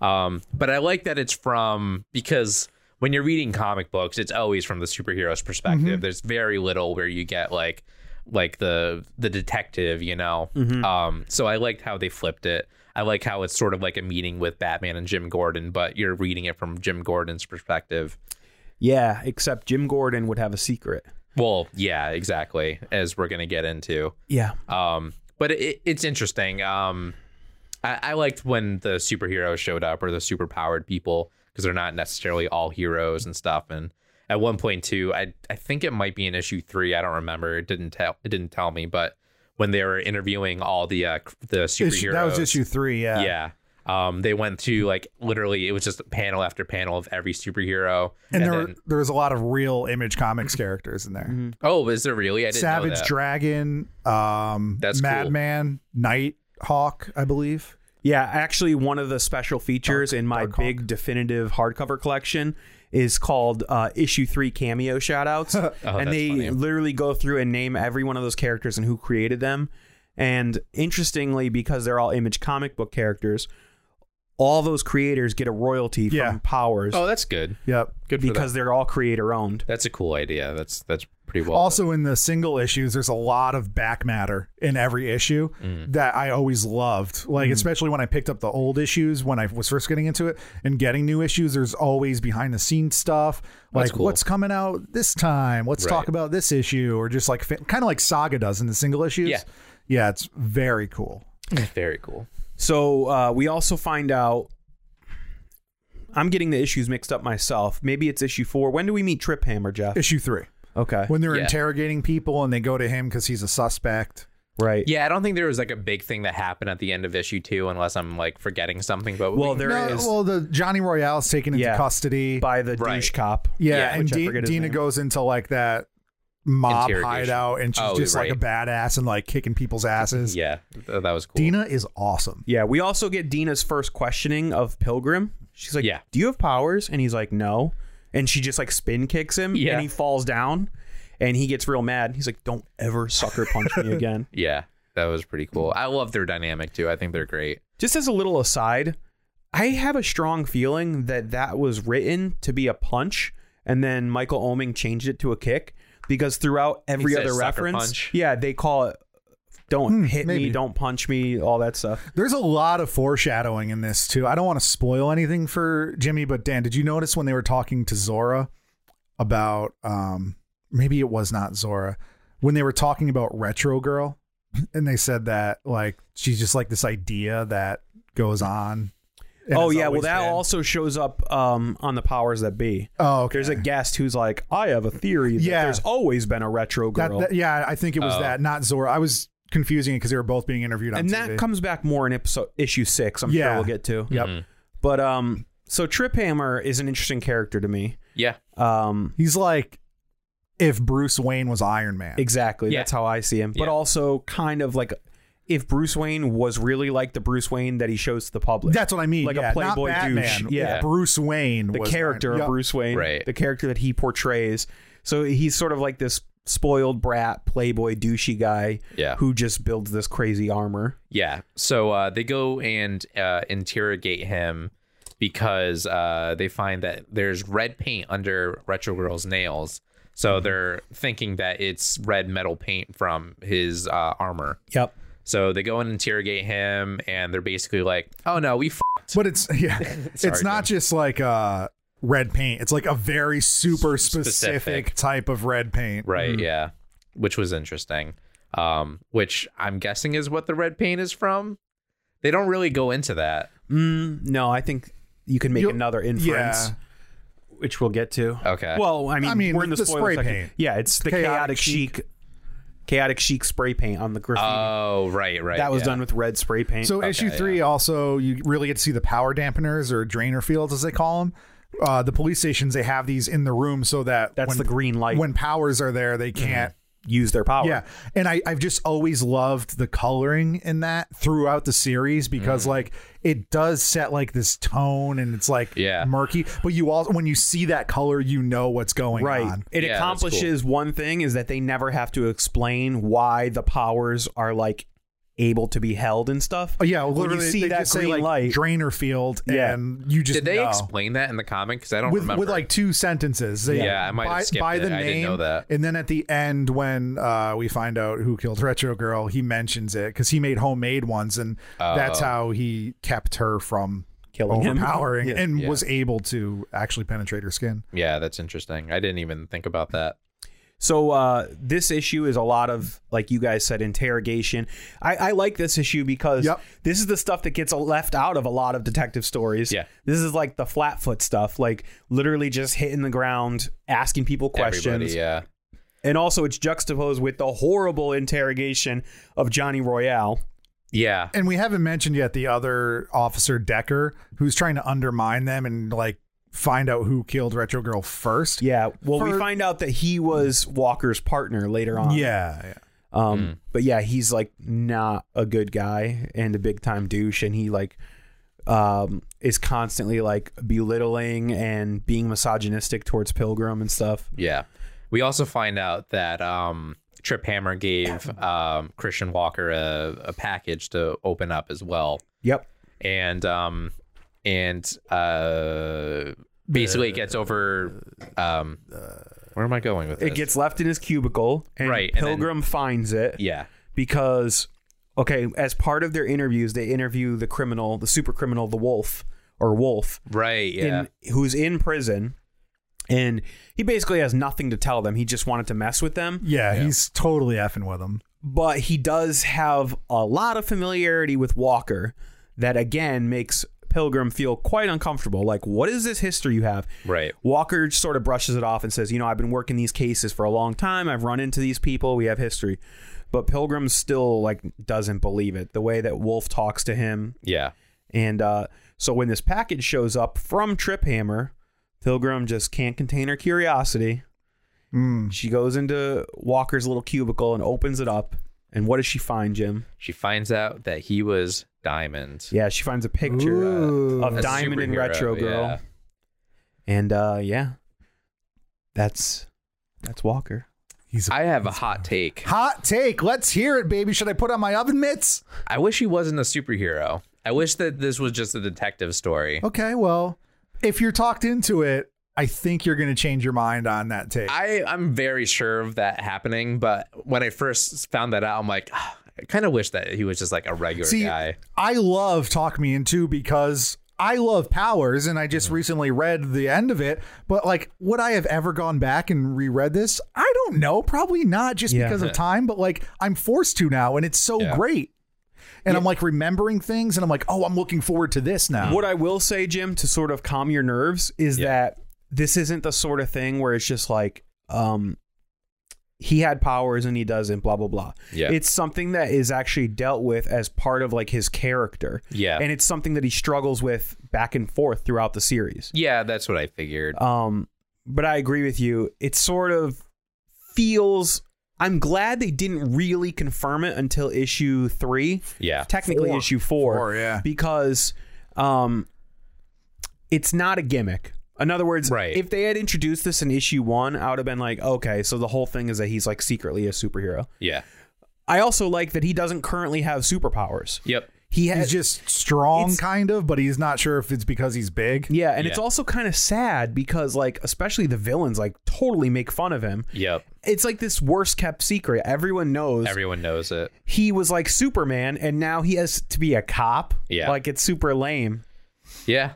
Speaker 3: Um, but I like that it's from because when you're reading comic books, it's always from the superhero's perspective. There's very little where you get like like the the detective, you know. Um, so I liked how they flipped it. I like how it's sort of like a meeting with Batman and Jim Gordon, but you're reading it from Jim Gordon's perspective.
Speaker 2: yeah. Except Jim Gordon would have a secret.
Speaker 3: Well, yeah, exactly. As we're gonna get into.
Speaker 2: Yeah,
Speaker 3: Um, but it, it's interesting. Um, I, I liked when the superheroes showed up or the superpowered people because they're not necessarily all heroes and stuff. And at one point too, I I think it might be in issue three. I don't remember. It didn't tell. It didn't tell me. But when they were interviewing all the uh, cr- the superheroes,
Speaker 1: Issue- that was issue 3 yeah
Speaker 3: yeah. Um, they went to like literally, it was just panel after panel of every superhero.
Speaker 1: and, there,
Speaker 3: then,
Speaker 1: there was a lot of real image comics characters in there
Speaker 3: oh, is there really? I didn't know
Speaker 1: Savage
Speaker 3: that.
Speaker 1: Dragon um
Speaker 3: That's cool.
Speaker 1: Madman Nighthawk I believe
Speaker 2: Yeah, actually, one of the special features in my
Speaker 1: Dark Hawk.
Speaker 2: big definitive hardcover collection is called uh, issue three cameo shoutouts, and
Speaker 3: Oh, that's
Speaker 2: they
Speaker 3: funny.
Speaker 2: literally go through and name every one of those characters and who created them. And interestingly, because they're all Image comic book characters, all those creators get a royalty from
Speaker 1: Yeah.
Speaker 2: Powers
Speaker 3: oh, that's good.
Speaker 1: yep
Speaker 3: Good for them.
Speaker 2: because they're all creator owned.
Speaker 3: That's a cool idea. That's that's pretty well.
Speaker 1: also in the single issues there's a lot of back matter in every issue that i always loved like especially when i picked up the old issues when i was first getting into it and getting new issues there's always behind the scenes stuff like
Speaker 3: cool.
Speaker 1: what's coming out this time let's
Speaker 3: Right.
Speaker 1: talk about this issue or just like kind of like saga does in the single issues
Speaker 3: Yeah.
Speaker 1: yeah it's very cool
Speaker 3: very cool.
Speaker 2: So uh, we also find out. I'm getting the issues mixed up myself. Maybe it's issue four. When do we meet Trip Hammer, Jeff?
Speaker 1: issue three
Speaker 2: Okay,
Speaker 1: when they're
Speaker 3: Yeah.
Speaker 1: interrogating people and they go to him because he's a suspect
Speaker 2: right.
Speaker 3: Yeah, I don't think there was like a big thing that happened at the end of issue two, unless I'm like forgetting something. But we-
Speaker 2: Well, there is
Speaker 1: no, well the johnny royale's taken into
Speaker 2: Yeah.
Speaker 1: custody
Speaker 2: by the
Speaker 3: Right.
Speaker 2: douche cop.
Speaker 1: Yeah,
Speaker 3: Yeah,
Speaker 1: and
Speaker 2: which I
Speaker 1: Di-
Speaker 2: forget his
Speaker 1: Dina
Speaker 2: name.
Speaker 1: goes into like that mob
Speaker 3: Interrogation.
Speaker 1: hideout, and she's
Speaker 3: Oh,
Speaker 1: just like
Speaker 3: right.
Speaker 1: a badass and like kicking people's asses.
Speaker 3: Yeah, th- that was cool.
Speaker 1: Dina is awesome.
Speaker 2: Yeah, we also get Dina's first questioning of Pilgrim. She's like,
Speaker 3: Yeah.
Speaker 2: do you have powers?" And he's like, "No." And she just like spin kicks him,
Speaker 3: Yeah.
Speaker 2: and he falls down, and he gets real mad. He's like, "Don't ever sucker punch me again."
Speaker 3: Yeah, that was pretty cool. I love their dynamic too. I think they're great.
Speaker 2: Just as a little aside, I have a strong feeling that that was written to be a punch, and then Michael Oming changed it to a kick because throughout every
Speaker 3: says
Speaker 2: other
Speaker 3: sucker
Speaker 2: reference,
Speaker 3: punch.
Speaker 2: yeah, they call it "Don't hit me,"
Speaker 1: Hmm, maybe.
Speaker 2: "Don't punch me," all that stuff.
Speaker 1: There's a lot of foreshadowing in this too. I don't want to spoil anything for Jimmy, but Dan, did you notice when they were talking to Zora about um maybe it was not Zora when they were talking about Retro Girl and they said that like she's just like this idea that goes on. and
Speaker 2: oh
Speaker 1: has
Speaker 2: yeah, well
Speaker 1: always
Speaker 2: that
Speaker 1: been.
Speaker 2: also shows up um, on the powers that be.
Speaker 1: Oh, okay.
Speaker 2: There's a guest who's like, I have a theory that
Speaker 1: Yeah.
Speaker 2: there's always been a retro
Speaker 1: that,
Speaker 2: girl.
Speaker 1: that- yeah, I think it was
Speaker 3: Oh.
Speaker 1: that not Zora. I was confusing it because they were both being interviewed on
Speaker 2: and
Speaker 1: TV.
Speaker 2: that comes back more in episode issue six, I'm sure
Speaker 1: Yeah.
Speaker 2: we'll get
Speaker 3: Mm-hmm.
Speaker 2: to.
Speaker 1: yep.
Speaker 2: But um so Trip Hammer is an interesting character to me.
Speaker 3: Yeah,
Speaker 2: Um
Speaker 1: He's like if Bruce Wayne was Iron Man.
Speaker 2: exactly.
Speaker 3: Yeah.
Speaker 2: That's how I see him. But
Speaker 3: Yeah.
Speaker 2: also kind of like if Bruce Wayne was really like the Bruce Wayne that he shows to the public.
Speaker 1: That's what I mean.
Speaker 2: Like a
Speaker 1: yeah, not
Speaker 2: playboy
Speaker 1: Batman.
Speaker 2: douche. Yeah.
Speaker 1: If Bruce Wayne,
Speaker 2: the
Speaker 1: was
Speaker 2: character
Speaker 1: Iron-
Speaker 2: of Bruce Wayne,
Speaker 3: Right.
Speaker 2: the character that he portrays. So he's sort of like this spoiled brat, playboy, douchey guy
Speaker 3: Yeah.
Speaker 2: who just builds this crazy armor.
Speaker 3: yeah. So uh, they go and uh, interrogate him because uh, they find that there's red paint under Retro Girl's nails. So they're thinking that it's red metal paint from his uh, armor.
Speaker 2: Yep.
Speaker 3: So they go and interrogate him, and they're basically like, "Oh no, we
Speaker 1: Yep. But it's yeah, it's not just like uh red paint. It's like a very super specific,
Speaker 3: specific.
Speaker 1: type of red paint.
Speaker 3: Right,
Speaker 2: Mm.
Speaker 3: yeah. Which was interesting. Um, which I'm guessing is what the red paint is from. They don't really go into that.
Speaker 2: Mm, no, I think you can make
Speaker 1: You'll-
Speaker 2: another inference,
Speaker 1: yeah.
Speaker 2: which we'll get to.
Speaker 3: Okay.
Speaker 2: Well, I mean,
Speaker 1: I mean,
Speaker 2: we're in the,
Speaker 1: the
Speaker 2: spoiler
Speaker 1: spray
Speaker 2: section.
Speaker 1: paint.
Speaker 2: Yeah, it's the
Speaker 1: Chaotic
Speaker 2: chaotic, chic. chaotic chic spray paint on the graffiti.
Speaker 3: oh, right, right.
Speaker 2: that was
Speaker 3: yeah.
Speaker 2: done with red spray paint.
Speaker 1: So issue three also you really get to see the power dampeners or drainer fields as they call them. Uh, the police stations they have these in the room so that
Speaker 2: That's
Speaker 1: when,
Speaker 2: the green light.
Speaker 1: when powers are there they can't
Speaker 2: use their power.
Speaker 1: Yeah. And I, I've just always loved the coloring in that throughout the series because
Speaker 2: Mm-hmm.
Speaker 1: like it does set like this tone and it's like
Speaker 3: Yeah.
Speaker 1: murky. But you also when you see that color, you know what's going
Speaker 2: Right.
Speaker 1: on.
Speaker 2: It
Speaker 3: Yeah, that's cool.
Speaker 2: accomplishes one thing is that they never have to explain why the powers are like able to be held and stuff.
Speaker 1: Oh, yeah,
Speaker 2: when you
Speaker 1: literally
Speaker 2: see
Speaker 1: they
Speaker 2: that
Speaker 1: just say
Speaker 2: green
Speaker 1: like
Speaker 2: light,
Speaker 1: drainer field
Speaker 2: Yeah.
Speaker 1: and you just
Speaker 3: Did they
Speaker 1: know.
Speaker 3: explain that in the comic? Because I don't
Speaker 1: with
Speaker 3: remember.
Speaker 1: with like two sentences. They-
Speaker 3: Yeah, I might have
Speaker 1: by,
Speaker 3: skipped
Speaker 1: by
Speaker 3: it.
Speaker 1: the name
Speaker 3: I didn't know that.
Speaker 1: and then at the end when uh, we find out who killed Retro Girl, he mentions it because he made homemade ones, and
Speaker 3: Oh.
Speaker 1: that's how he kept her from
Speaker 2: Killing him.
Speaker 1: overpowering
Speaker 2: Yeah.
Speaker 1: and
Speaker 3: Yeah.
Speaker 1: was able to actually penetrate her skin.
Speaker 3: yeah, that's interesting. I didn't even think about that.
Speaker 2: So uh, this issue is a lot of, like you guys said, interrogation. I, I like this issue because
Speaker 1: Yep.
Speaker 2: this is the stuff that gets left out of a lot of detective stories.
Speaker 3: Yeah.
Speaker 2: this is like the flatfoot stuff, like literally just hitting the ground, asking people
Speaker 3: Everybody,
Speaker 2: questions,
Speaker 3: yeah.
Speaker 2: and also it's juxtaposed with the horrible interrogation of Johnny Royale.
Speaker 3: Yeah.
Speaker 1: And we haven't mentioned yet the other officer Decker, who's trying to undermine them and like find out who killed Retro Girl first.
Speaker 2: Yeah, well, we
Speaker 1: For-
Speaker 2: find out that he was Walker's partner later on.
Speaker 1: Yeah, yeah.
Speaker 2: Um, but yeah, he's like not a good guy and a big time douche, and he like um is constantly like belittling and being misogynistic towards Pilgrim and stuff.
Speaker 3: Yeah. We also find out that um, Trip Hammer gave um, Christian Walker a, a package to open up as well.
Speaker 2: Yep.
Speaker 3: and um and uh basically it gets over um where am I going with this?
Speaker 2: It gets left in his cubicle, and
Speaker 3: Right, and then-
Speaker 2: Pilgrim finds it.
Speaker 3: yeah
Speaker 2: because okay, as part of their interviews, they interview the criminal, the super criminal, the Wolf or Wolf,
Speaker 3: right yeah
Speaker 2: in, who's in prison. And he basically has nothing to tell them. He just wanted to mess with them.
Speaker 1: Yeah, he's totally effing with them.
Speaker 2: but he does have a lot of familiarity with Walker that again makes Pilgrim feel quite uncomfortable. Like, what is this history you have?
Speaker 3: Right.
Speaker 2: Walker sort of brushes it off and says, You know, I've been working these cases for a long time. I've run into these people. We have history. But Pilgrim still like doesn't believe it. The way that Wolf talks to him.
Speaker 3: yeah
Speaker 2: And uh, so when this package shows up from Trip Hammer, Pilgrim just can't contain her curiosity She goes into Walker's little cubicle and opens it up. And what does she find, Jim?
Speaker 3: She finds out that he was Diamond.
Speaker 2: Yeah, she finds a picture uh,
Speaker 1: Ooh.
Speaker 2: of
Speaker 3: A
Speaker 2: Diamond and
Speaker 3: superhero,
Speaker 2: Retro Girl.
Speaker 3: yeah.
Speaker 2: And uh, yeah, that's that's Walker.
Speaker 1: He's a
Speaker 3: I have a hot take.
Speaker 1: hot take. Let's hear it, baby. Should I put on my oven mitts?
Speaker 3: I wish he wasn't a superhero. I wish that this was just a detective story.
Speaker 2: Oh.
Speaker 1: Okay, well, if you're talked into it, I think you're going to change your mind on that take.
Speaker 3: I, I'm very sure of that happening, but when I first found that out, I'm like, "Ah, I kind of wish that he was just like a regular
Speaker 1: See,
Speaker 3: guy.
Speaker 1: I love Talk Me Into because I love Powers, and I
Speaker 3: Mm-hmm.
Speaker 1: just recently read the end of it. But like, would I have ever gone back and reread this? I don't know. Probably not, just
Speaker 2: Yeah.
Speaker 1: because of time. But like, I'm forced to now, and it's so
Speaker 3: Yeah.
Speaker 1: great. And I'm like remembering things, and I'm like, oh, I'm looking forward to this
Speaker 3: Um,
Speaker 1: now.
Speaker 2: What I will say, Jim, to sort of calm your nerves is that this isn't the sort of thing where it's just like, um, he had powers and he doesn't, blah, blah, blah.
Speaker 3: Yeah.
Speaker 2: It's something that is actually dealt with as part of like his character.
Speaker 3: Yeah.
Speaker 2: And it's something that he struggles with back and forth throughout the series.
Speaker 3: Yeah, that's what I figured.
Speaker 2: Um, but I agree with you. It sort of feels. I'm glad they didn't really confirm it until issue three.
Speaker 3: Yeah.
Speaker 2: Technically,
Speaker 1: Four.
Speaker 2: issue four.
Speaker 1: Four, yeah.
Speaker 2: Because um, it's not a gimmick. In other words,
Speaker 3: Right.
Speaker 2: if they had introduced this in issue one, I would have been like, okay, so the whole thing is that he's like secretly a superhero.
Speaker 3: Yeah.
Speaker 2: I also like that he doesn't currently have superpowers.
Speaker 3: Yep.
Speaker 2: He has
Speaker 1: he's just strong,
Speaker 2: It's-
Speaker 1: kind of, but he's not sure if it's because he's big.
Speaker 2: yeah, and it's
Speaker 3: Yeah.
Speaker 2: also kind of sad because like especially the villains like totally make fun of him.
Speaker 3: Yep.
Speaker 2: it's like this worst kept secret. Everyone knows
Speaker 3: Everyone knows it.
Speaker 2: he was like Superman, and now he has to be a cop.
Speaker 3: Yeah.
Speaker 2: like it's super lame.
Speaker 3: Yeah.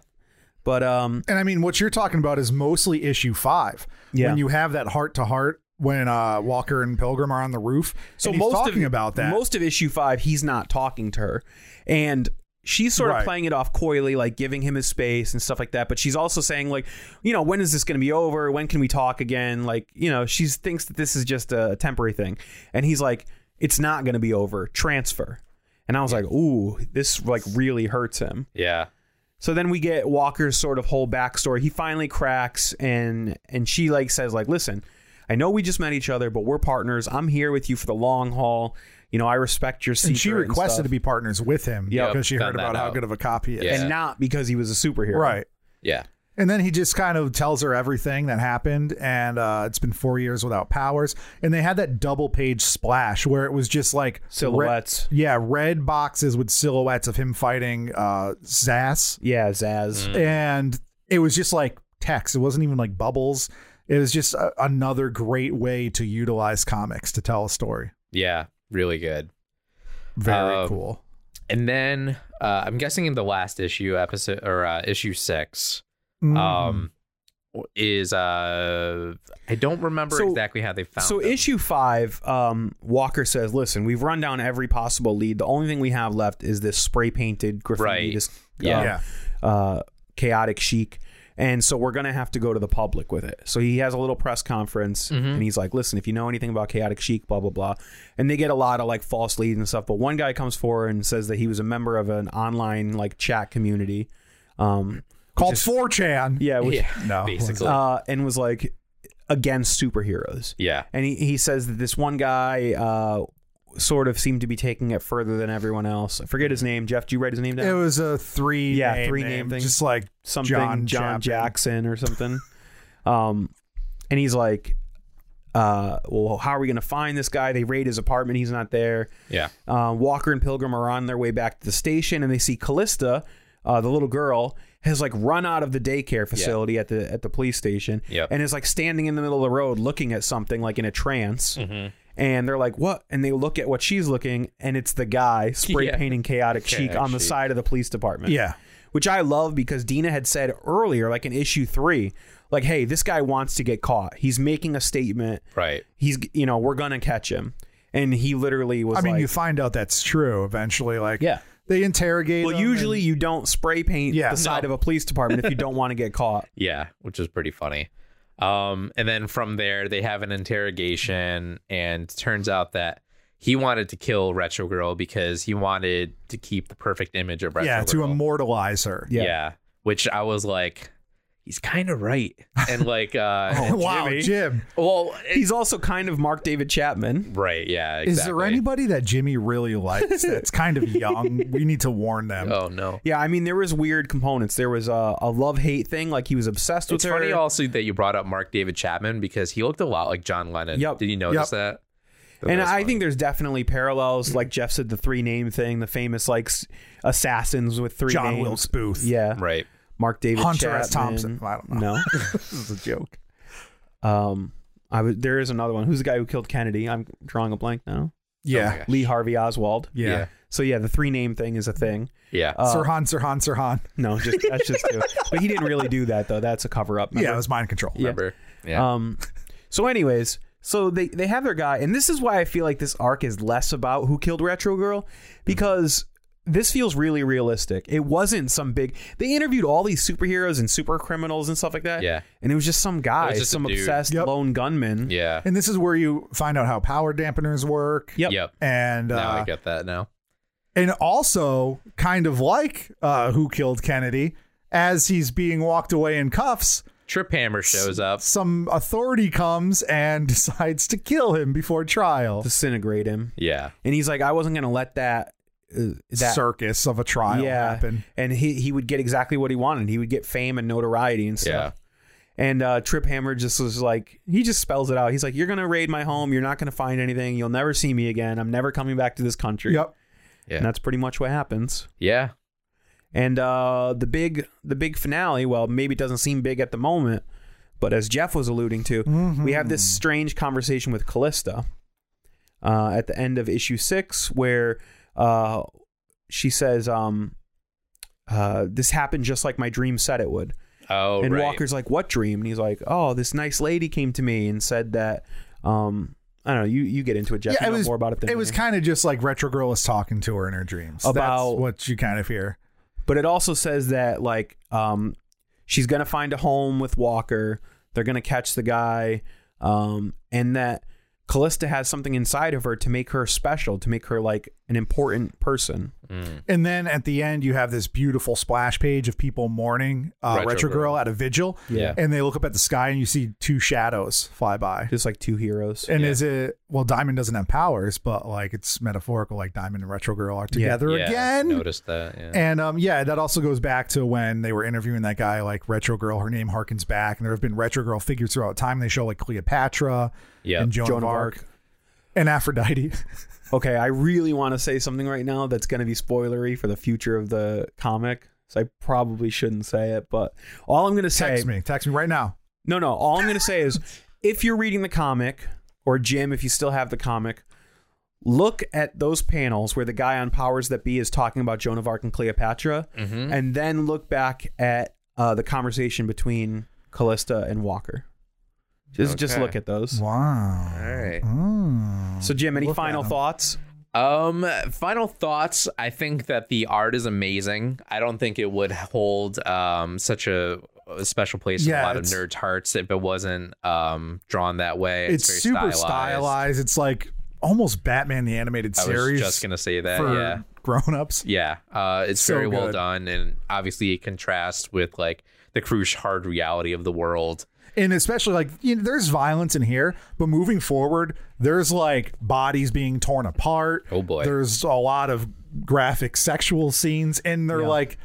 Speaker 2: But um,
Speaker 1: And I mean, what you're talking about is mostly issue five.
Speaker 2: Yeah.
Speaker 1: When you have that heart to heart when uh, Walker and Pilgrim are on the roof.
Speaker 2: so
Speaker 1: and he's
Speaker 2: most
Speaker 1: talking
Speaker 2: of,
Speaker 1: about that.
Speaker 2: most of issue five, he's not talking to her, and she's sort
Speaker 1: Right.
Speaker 2: of playing it off coyly, like giving him his space and stuff like that. But she's also saying like, you know, when is this going to be over? When can we talk again? Like, you know, she thinks that this is just a temporary thing, and he's like, it's not going to be over. Transfer. And I was like, ooh, this like really hurts him.
Speaker 3: Yeah.
Speaker 2: So then we get Walker's sort of whole backstory. He finally cracks and and she like says like, "Listen, I know we just met each other, but we're partners. I'm here with you for the long haul. You know, I respect your secret."
Speaker 1: and she requested
Speaker 2: and
Speaker 1: to be partners with him
Speaker 2: Yep,
Speaker 1: because she heard
Speaker 3: found that
Speaker 1: about how
Speaker 3: out.
Speaker 1: good of a cop he is.
Speaker 3: Yeah.
Speaker 2: and not because he was a superhero.
Speaker 1: Right.
Speaker 3: Yeah.
Speaker 1: And then he just kind of tells her everything that happened, and uh, it's been four years without powers. And they had that double page splash where it was just like
Speaker 2: Silhouettes.
Speaker 1: red- yeah, red boxes with silhouettes of him fighting uh, Zass,
Speaker 2: Yeah, Zaz.
Speaker 1: and it was just like text. It wasn't even like bubbles. It was just a- another great way to utilize comics to tell a story.
Speaker 3: Yeah. Really good.
Speaker 1: Very
Speaker 3: Um,
Speaker 1: cool.
Speaker 3: And then uh, I'm guessing in the last issue episode or uh, issue six
Speaker 1: Mm-hmm.
Speaker 3: um, is uh, I don't remember
Speaker 2: So-
Speaker 3: exactly how they found.
Speaker 2: So
Speaker 3: them.
Speaker 2: issue five, um, Walker says, "Listen, we've run down every possible lead. The only thing we have left is this spray painted graffiti,
Speaker 3: Right.
Speaker 2: this uh,
Speaker 3: Yeah.
Speaker 1: yeah.
Speaker 2: uh, chaotic chic. And so we're going to have to go to the public with it. So he has a little press conference
Speaker 3: Mm-hmm.
Speaker 2: and he's like, listen, if you know anything about chaotic chic, blah, blah, blah. And they get a lot of like false leads and stuff. But one guy comes forward and says that he was a member of an online like chat community. Um,
Speaker 1: Called 4chan.
Speaker 2: yeah. Which,
Speaker 3: yeah,
Speaker 1: No.
Speaker 3: basically,
Speaker 2: Uh, and was like against superheroes.
Speaker 3: yeah,
Speaker 2: And he, he says that this one guy uh, sort of seemed to be taking it further than everyone else. I forget his name. Jeff, do you write his name down?
Speaker 1: It was a three,
Speaker 2: Yeah,
Speaker 1: name
Speaker 2: three name thing.
Speaker 1: just like
Speaker 2: something
Speaker 1: John
Speaker 2: John,
Speaker 1: Chapman.
Speaker 2: Jackson or something. um, and he's like, uh, well, how are we going to find this guy? They raid his apartment. He's not there.
Speaker 3: yeah,
Speaker 2: Uh, Walker and Pilgrim are on their way back to the station, and they see Callista, uh, the little girl, has like run out of the daycare facility at the at the police station,
Speaker 3: Yep.
Speaker 2: and is like standing in the middle of the road looking at something like in a trance.
Speaker 3: Mm-hmm.
Speaker 2: And they're like, "What?" And they look at what she's looking, and it's the guy spray
Speaker 3: Yeah.
Speaker 2: painting chaotic cheek on the
Speaker 3: Chic.
Speaker 2: side of the police department
Speaker 1: yeah.
Speaker 2: which I love because Dina had said earlier, like in issue three, like, hey, this guy wants to get caught. He's making a statement.
Speaker 3: right,
Speaker 2: He's, you know, we're going to catch him. And he literally was
Speaker 1: I mean,
Speaker 2: like,
Speaker 1: you find out that's true eventually. Like,
Speaker 2: Yeah.
Speaker 1: they interrogate.
Speaker 2: well,
Speaker 1: him
Speaker 2: usually you don't spray paint
Speaker 1: Yeah.
Speaker 2: the side of a police department if you don't want to get caught.
Speaker 3: yeah, which is pretty funny. Um, and then from there, they have an interrogation, and turns out that he wanted to kill Retro Girl because he wanted to keep the perfect image of
Speaker 1: and-
Speaker 3: Retro
Speaker 1: yeah,
Speaker 3: Girl.
Speaker 1: to immortalize her.
Speaker 2: Yeah.
Speaker 3: yeah, which I was like, he's kind of right. And like, uh,
Speaker 1: Oh, wow,
Speaker 2: Oh, Jimmy.
Speaker 1: Jim.
Speaker 3: well, it-
Speaker 2: He's also kind of Mark David Chapman.
Speaker 3: right. Yeah. Exactly.
Speaker 1: Is there anybody that Jimmy really likes that's kind of young? we need to warn them.
Speaker 3: Oh, no.
Speaker 2: Yeah, I mean there was weird components. There was a, a love hate thing, like he was obsessed with
Speaker 3: It's
Speaker 2: her.
Speaker 3: funny also that you brought up Mark David Chapman because he looked a lot like John Lennon.
Speaker 2: Yep.
Speaker 3: Did you notice that? That
Speaker 2: and
Speaker 3: was
Speaker 2: I
Speaker 3: funny.
Speaker 2: think there's definitely parallels. Like Jeff said, the three name thing, the famous like s- assassins with three
Speaker 1: John
Speaker 2: names.
Speaker 1: Wilkes Booth.
Speaker 2: Yeah,
Speaker 3: right.
Speaker 2: Mark David
Speaker 1: Hunter S.
Speaker 2: Chapman.
Speaker 1: Thompson. I don't know.
Speaker 2: No, this is a joke. Um, I was there is another one. Who's the guy who killed Kennedy? I'm drawing a blank now.
Speaker 1: Yeah.
Speaker 3: Okay.
Speaker 2: Lee Harvey Oswald.
Speaker 1: yeah.
Speaker 3: Yeah.
Speaker 2: So yeah, the three name thing is a thing.
Speaker 3: Yeah.
Speaker 2: Uh,
Speaker 1: Sirhan, Sirhan, Sirhan.
Speaker 2: No, just that's just two. but he didn't really do that though. That's a cover up.
Speaker 1: Yeah, it was mind control.
Speaker 3: Remember? Yeah.
Speaker 2: Um, so, anyways, so they they have their guy, and this is why I feel like this arc is less about who killed Retro Girl
Speaker 3: Mm-hmm.
Speaker 2: because this feels really realistic. It wasn't some big. They interviewed all these superheroes and super criminals and stuff like that.
Speaker 3: Yeah.
Speaker 2: and it was just some
Speaker 3: It
Speaker 2: guy,
Speaker 3: was just a
Speaker 2: some
Speaker 3: dude.
Speaker 2: obsessed
Speaker 1: Yep.
Speaker 2: lone gunman.
Speaker 3: yeah.
Speaker 1: And this is where you find out how power dampeners work.
Speaker 2: Yep.
Speaker 3: Yep.
Speaker 1: And
Speaker 3: Now I
Speaker 1: uh,
Speaker 3: get that now.
Speaker 1: and also kind of like uh, who killed Kennedy, as he's being walked away in cuffs,
Speaker 3: Trip Hammer shows up.
Speaker 1: some authority comes and decides to kill him before trial.
Speaker 2: Disintegrate him,
Speaker 3: Yeah.
Speaker 2: and he's like, I wasn't gonna let that uh, that
Speaker 1: circus of a trial
Speaker 2: yeah,
Speaker 1: happen.
Speaker 2: and he he would get exactly what he wanted. He would get fame and notoriety and stuff.
Speaker 3: Yeah.
Speaker 2: And uh, Trip Hammer just was like, he just spells it out. He's like, you're going to raid my home. You're not going to find anything. You'll never see me again. I'm never coming back to this country.
Speaker 1: Yep.
Speaker 2: And that's pretty much what happens.
Speaker 3: Yeah.
Speaker 2: And uh, the big the big finale, well, maybe it doesn't seem big at the moment, but as Jeff was alluding to, we have this strange conversation with Callista uh, at the end of issue six, where uh, she says, um, uh, "This happened just like my dream said it would."
Speaker 3: Oh,
Speaker 2: and
Speaker 3: right.
Speaker 2: Walker's like, "What dream?" And he's like, "Oh, this nice lady came to me and said that." Um, I don't know. You you get into it, Jeff.
Speaker 1: Yeah,
Speaker 2: you
Speaker 1: it
Speaker 2: know
Speaker 1: was
Speaker 2: more about it than
Speaker 1: It was
Speaker 2: me.
Speaker 1: kind of just like Retro Girl is talking to her in her dreams.
Speaker 2: About-
Speaker 1: That's what you kind of hear.
Speaker 2: but it also says that like um, she's gonna find a home with Walker. They're gonna catch the guy, um, and that Callista has something inside of her to make her special, to make her like an important person.
Speaker 1: And then at the end, you have this beautiful splash page of people mourning uh,
Speaker 3: Retro
Speaker 1: Retro,
Speaker 3: Girl.
Speaker 1: Girl at a vigil.
Speaker 3: Yeah.
Speaker 1: And they look up at the sky and you see two shadows fly by.
Speaker 2: Just like two heroes.
Speaker 1: And
Speaker 3: Yeah.
Speaker 1: is it well? Diamond doesn't have powers, but like it's metaphorical. Like Diamond and Retro Girl are together
Speaker 3: yeah,
Speaker 1: again.
Speaker 3: Noticed that. Yeah.
Speaker 1: And um, yeah, that also goes back to when they were interviewing that guy, like Retro Girl. Her name harkens back, and there have been Retro Girl figures throughout time. They show like Cleopatra
Speaker 3: Yeah.
Speaker 1: and Joan,
Speaker 2: Joan
Speaker 1: of
Speaker 2: of
Speaker 1: Arc, and Aphrodite.
Speaker 2: Okay, I really want to say something right now that's going to be spoilery for the future of the comic. So I probably shouldn't say it, but all I'm going to say
Speaker 1: Text me, text me right now.
Speaker 2: No, no. All I'm going to say is if you're reading the comic, or Jim, if you still have the comic, look at those panels where the guy on Powers That Be is talking about Joan of Arc and Cleopatra, and then look back at uh, the conversation between Callista and Walker. Just, just
Speaker 3: Okay.
Speaker 2: look at those.
Speaker 1: Wow.
Speaker 3: All right.
Speaker 2: So, Jim, any
Speaker 1: Look at
Speaker 2: final
Speaker 1: them.
Speaker 2: thoughts?
Speaker 3: Um, final thoughts. I think that the art is amazing. I don't think it would hold um such a, a special place in a
Speaker 1: Yeah,
Speaker 3: lot of
Speaker 1: it's-
Speaker 3: nerds' hearts if it wasn't um drawn that way.
Speaker 1: It's,
Speaker 3: very
Speaker 1: super stylized. It's like almost Batman the animated
Speaker 3: I was
Speaker 1: series
Speaker 3: just gonna say that.
Speaker 1: for
Speaker 3: Yeah.
Speaker 1: grown-ups.
Speaker 3: Yeah, uh, it's
Speaker 1: So
Speaker 3: very well
Speaker 1: good.
Speaker 3: done, and obviously it contrasts with like the crush hard reality of the world.
Speaker 1: and especially like you know, there's violence in here, but moving forward, there's like bodies being torn apart.
Speaker 3: Oh, boy.
Speaker 1: there's a lot of graphic sexual scenes, and they're like,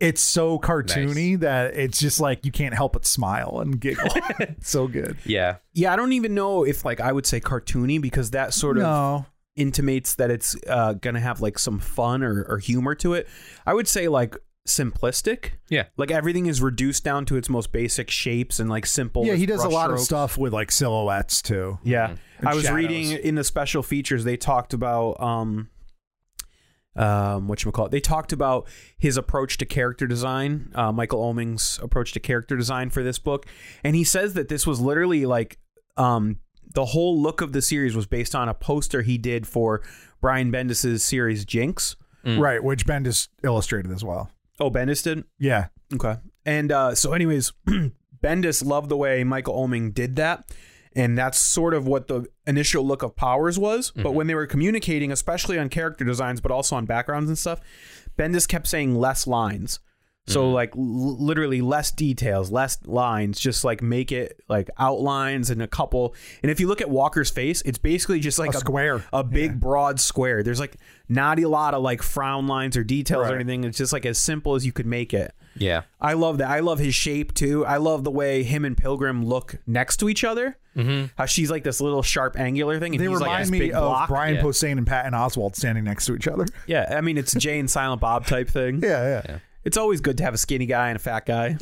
Speaker 1: it's so cartoony that it's just like you can't help but smile and giggle. It's so good.
Speaker 3: Yeah,
Speaker 2: Yeah, I don't even know if like I would say cartoony because that sort of
Speaker 1: No,
Speaker 2: intimates that it's uh, gonna have like some fun or, or humor to it. I would say like simplistic.
Speaker 3: Yeah.
Speaker 2: Like everything is reduced down to its most basic shapes and like simple.
Speaker 1: yeah, he does a
Speaker 2: brush
Speaker 1: lot of
Speaker 2: strokes.
Speaker 1: stuff with like silhouettes too.
Speaker 2: Yeah. I was
Speaker 1: shadows.
Speaker 2: reading in the special features they talked about um um whatchamacallit. They talked about his approach to character design, uh, Michael Oeming's approach to character design for this book. And he says that this was literally like um the whole look of the series was based on a poster he did for Brian Bendis's series Jinx.
Speaker 3: Mm.
Speaker 1: Right, which Ben just illustrated as well.
Speaker 2: Oh, Bendis did?
Speaker 1: Yeah,
Speaker 2: Okay. And uh, so, anyways, Bendis loved the way Michael Oeming did that. And that's sort of what the initial look of Powers was. But when they were communicating, especially on character designs, but also on backgrounds and stuff, Bendis kept saying less lines. So like l- literally less details, less lines, just like make it like outlines and a couple. And if you look at Walker's face, it's basically just like
Speaker 1: A square.
Speaker 2: a big broad square. There's like not a lot of like frown lines or details or
Speaker 1: Right.
Speaker 2: anything. It's just like as simple as you could make it.
Speaker 3: Yeah.
Speaker 2: I love that. I love his shape too. I love the way him and Pilgrim look next to each other. Mm-hmm. How she's like this little sharp angular thing, and
Speaker 1: They
Speaker 2: he's
Speaker 1: remind
Speaker 2: like this
Speaker 1: me
Speaker 2: big
Speaker 1: of
Speaker 2: block.
Speaker 1: Brian
Speaker 3: Yeah.
Speaker 1: Posehn and Patton Oswald standing next to each other.
Speaker 2: yeah, I mean it's Jay and Silent Bob type thing.
Speaker 1: Yeah, yeah.
Speaker 2: It's always good to have a skinny guy and a fat guy.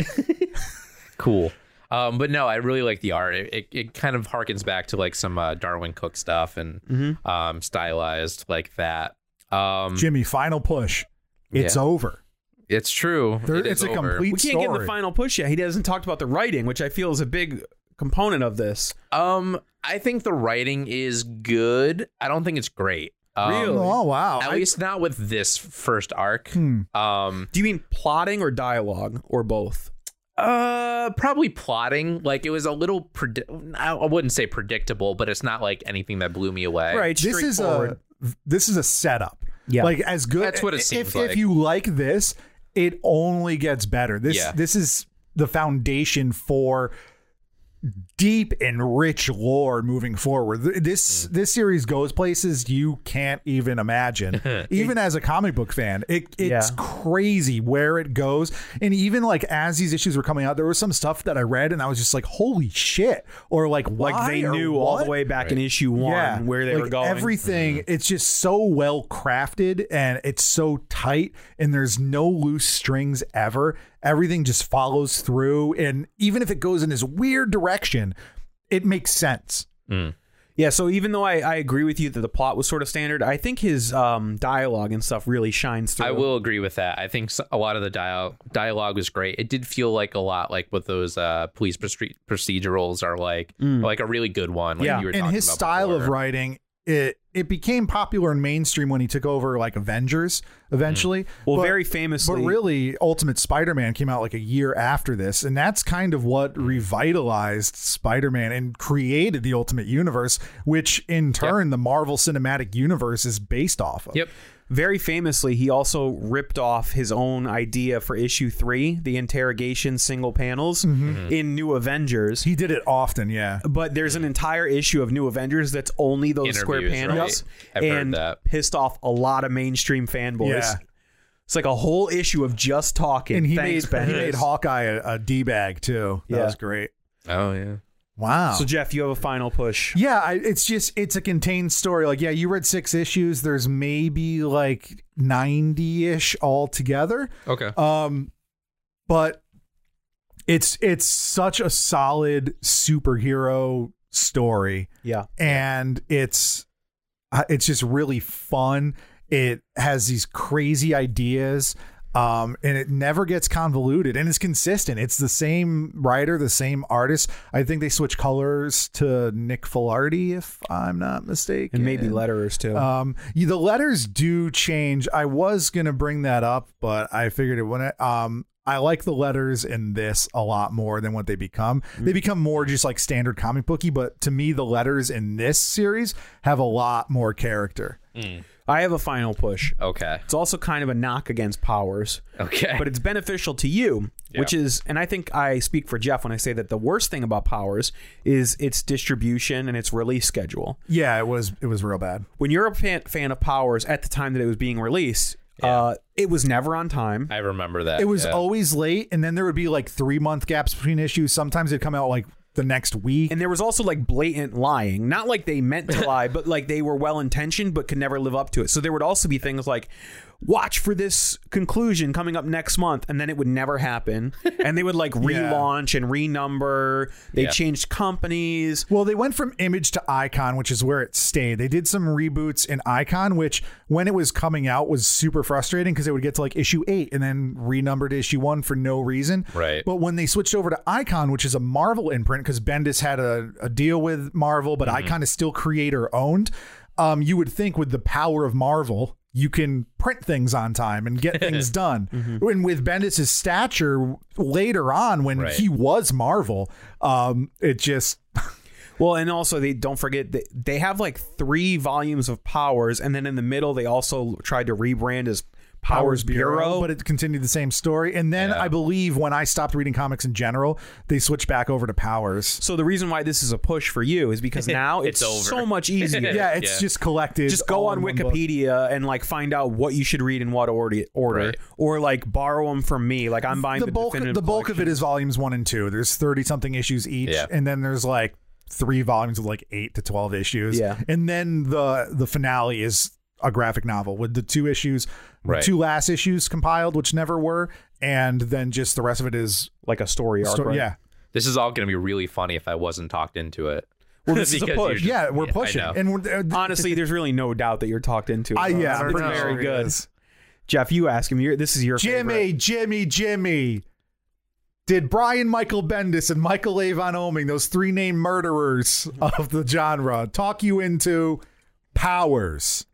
Speaker 3: Cool. Um, but no, I really like the art. It, it, it kind of harkens back to like some uh, Darwin Cook stuff and um, stylized like that. Um,
Speaker 1: Jimmy, final push. It's
Speaker 3: Yeah.
Speaker 1: over.
Speaker 3: it's true.
Speaker 1: There,
Speaker 3: It is
Speaker 1: it's a
Speaker 3: over.
Speaker 1: complete
Speaker 2: we can't
Speaker 1: story.
Speaker 2: get the final push yet. He hasn't talked about the writing, which I feel is a big component of this.
Speaker 3: Um, I think the writing is good. I don't think it's great. Um,
Speaker 2: Really?
Speaker 1: Oh wow!
Speaker 3: At
Speaker 1: I-
Speaker 3: least not with this first arc. Um,
Speaker 2: Do you mean plotting or dialogue or both?
Speaker 3: uh, probably plotting. Like it was a little. Predi- I I wouldn't say predictable, but it's not like anything that blew me away.
Speaker 2: Right.
Speaker 1: this is a
Speaker 2: straightforward.
Speaker 1: this is a setup.
Speaker 2: Yeah.
Speaker 1: like as good.
Speaker 3: That's what it seems
Speaker 1: if, If
Speaker 3: like.
Speaker 1: you like this, it only gets better. This
Speaker 3: Yeah.
Speaker 1: this is the foundation for deep and rich lore moving forward. Th-
Speaker 3: Mm.
Speaker 1: This this series goes places you can't even imagine. even as a comic book fan, it it's
Speaker 2: Yeah.
Speaker 1: crazy where it goes. And even like as these issues were coming out, there was some stuff that I read and I was just like, "Holy shit!" Or like,
Speaker 2: like they
Speaker 1: "Why?" or
Speaker 2: knew all
Speaker 1: "What?"
Speaker 2: the way back in issue one where they
Speaker 1: like
Speaker 2: were going. Mm-hmm.
Speaker 1: Everything it's just so well crafted and it's so tight and there's no loose strings ever. Everything just follows through and even if it goes in this weird direction, it makes sense.
Speaker 2: Yeah, so even though I, I agree with you that the plot was sort of standard, I think his um, dialogue and stuff really shines through.
Speaker 3: I will agree with that. I think s- a lot of the dial- dialogue was great. It did feel like a lot like what those uh, police proce- procedurals are like, like a really good one. Like
Speaker 2: Yeah,
Speaker 3: you were
Speaker 1: Mm. And
Speaker 3: talking
Speaker 1: his
Speaker 3: about
Speaker 1: style of
Speaker 3: before.
Speaker 1: writing it it became popular and mainstream when he took over like Avengers eventually.
Speaker 2: Mm-hmm. Well,
Speaker 1: But-
Speaker 2: very famously,
Speaker 1: But really, Ultimate Spider-Man came out like a year after this, and that's kind of what revitalized Spider-Man and created the Ultimate Universe, which in turn the Marvel Cinematic Universe is based off of.
Speaker 3: Yep.
Speaker 2: very famously, he also ripped off his own idea for issue three, the interrogation single panels
Speaker 1: Mm-hmm.
Speaker 3: Mm-hmm.
Speaker 2: in New Avengers.
Speaker 1: He did it often, yeah.
Speaker 2: but there's an entire issue of New Avengers that's only those square
Speaker 3: Interviews,
Speaker 2: panels,
Speaker 3: right? I've heard
Speaker 2: and
Speaker 3: that.
Speaker 2: pissed off a lot of mainstream fanboys.
Speaker 1: Yeah.
Speaker 2: It's like a whole issue of just talking.
Speaker 1: And he
Speaker 2: Thanks,
Speaker 1: made
Speaker 2: Ben.
Speaker 1: he made Hawkeye a, a d bag too. That
Speaker 2: Yeah.
Speaker 1: was great.
Speaker 3: Oh yeah.
Speaker 1: Wow.
Speaker 2: So Jeff, you have a final push.
Speaker 1: Yeah, I, it's just it's a contained story. Like, yeah, you read six issues. There's maybe like ninety ish altogether.
Speaker 3: Okay.
Speaker 1: Um, but it's it's such a solid superhero story,
Speaker 2: Yeah.
Speaker 1: and it's uh, it's just really fun. It has these crazy ideas. Um, and it never gets convoluted and it's consistent. It's the same writer, the same artist. I think they switch colors to Nick Filardi, if I'm not mistaken.
Speaker 2: and maybe letterers too.
Speaker 1: Um, you, the letters do change. I was gonna bring that up, but I figured it wouldn't. Um, I like the letters in this a lot more than what they become. They become more just like standard comic booky, but to me, the letters in this series have a lot more character.
Speaker 2: I have a final push.
Speaker 3: Okay.
Speaker 2: It's also kind of a knock against powers,
Speaker 3: Okay.
Speaker 2: but it's beneficial to you, which is, and I think I speak for Jeff when I say that the worst thing about powers is its distribution and its release schedule.
Speaker 1: Yeah, it was it was real bad.
Speaker 2: When you're a fan, fan of powers at the time that it was being released, uh, it was never on time.
Speaker 3: I remember that.
Speaker 1: It was
Speaker 3: yeah.
Speaker 1: always late, and then there would be like three month gaps between issues. Sometimes it'd come out like the next week.
Speaker 2: And there was also like blatant lying. Not like they meant to lie, but like they were well intentioned but could never live up to it. So there would also be things like, watch for this conclusion coming up next month. And then it would never happen. And they would like relaunch and renumber. They
Speaker 3: Yeah.
Speaker 2: changed companies.
Speaker 1: Well, they went from image to icon, which is where it stayed. They did some reboots in icon, which when it was coming out was super frustrating because it would get to like issue eight and then renumbered to issue one for no reason.
Speaker 3: Right.
Speaker 1: But when they switched over to icon, which is a Marvel imprint, because Bendis had a, a deal with Marvel,
Speaker 3: Mm-hmm.
Speaker 1: but icon is still creator owned, um, you would think with the power of Marvel, you can print things on time and get things done.
Speaker 3: Mm-hmm.
Speaker 1: And with Bendis's stature later on, when
Speaker 3: Right.
Speaker 1: he was Marvel, um, it just
Speaker 2: Well, and also they don't forget that they have like three volumes of powers. And then in the middle, they also tried to rebrand as Powers Bureau.
Speaker 1: but it continued the same story. And then I believe when I stopped reading comics in general, they switched back over to Powers.
Speaker 2: so the reason why this is a push for you is because now it's,
Speaker 3: It's over.
Speaker 2: so much easier.
Speaker 1: Yeah, it's
Speaker 3: Yeah.
Speaker 1: just collected.
Speaker 2: just go
Speaker 1: all
Speaker 2: on
Speaker 1: in one book.
Speaker 2: Wikipedia and like find out what you should read in what order, order,
Speaker 3: Right.
Speaker 2: or like borrow them from me. Like I'm buying
Speaker 1: The,
Speaker 2: the,
Speaker 1: bulk,
Speaker 2: definitive
Speaker 1: the bulk of
Speaker 2: collection.
Speaker 1: it is volumes one and two. There's thirty something issues each,
Speaker 3: Yeah.
Speaker 1: and then there's like three volumes of like eight to twelve issues.
Speaker 2: Yeah.
Speaker 1: and then the the finale is a graphic novel with the two issues, the
Speaker 3: Right.
Speaker 1: two last issues compiled, which never were, and then just the rest of it is
Speaker 2: like a story arc.
Speaker 1: sto-
Speaker 2: right?
Speaker 1: yeah,
Speaker 3: This is all going to be really funny if I wasn't talked into it.
Speaker 2: Well, this is a
Speaker 3: Because
Speaker 2: push.
Speaker 3: you're just-
Speaker 1: yeah, we're
Speaker 3: I
Speaker 1: pushing,
Speaker 3: know.
Speaker 1: and we're, uh, th-
Speaker 2: Honestly, there's really no doubt that you're talked into. it.
Speaker 1: I- yeah, I don't
Speaker 2: it's
Speaker 1: know.
Speaker 2: very
Speaker 1: It
Speaker 2: good.
Speaker 1: is.
Speaker 2: Jeff, you ask him. You're, this is your
Speaker 1: Jimmy,
Speaker 2: favorite.
Speaker 1: Jimmy, Jimmy. Did Brian Michael Bendis and Michael Avon Oming, those three named murderers of the genre, talk you into powers?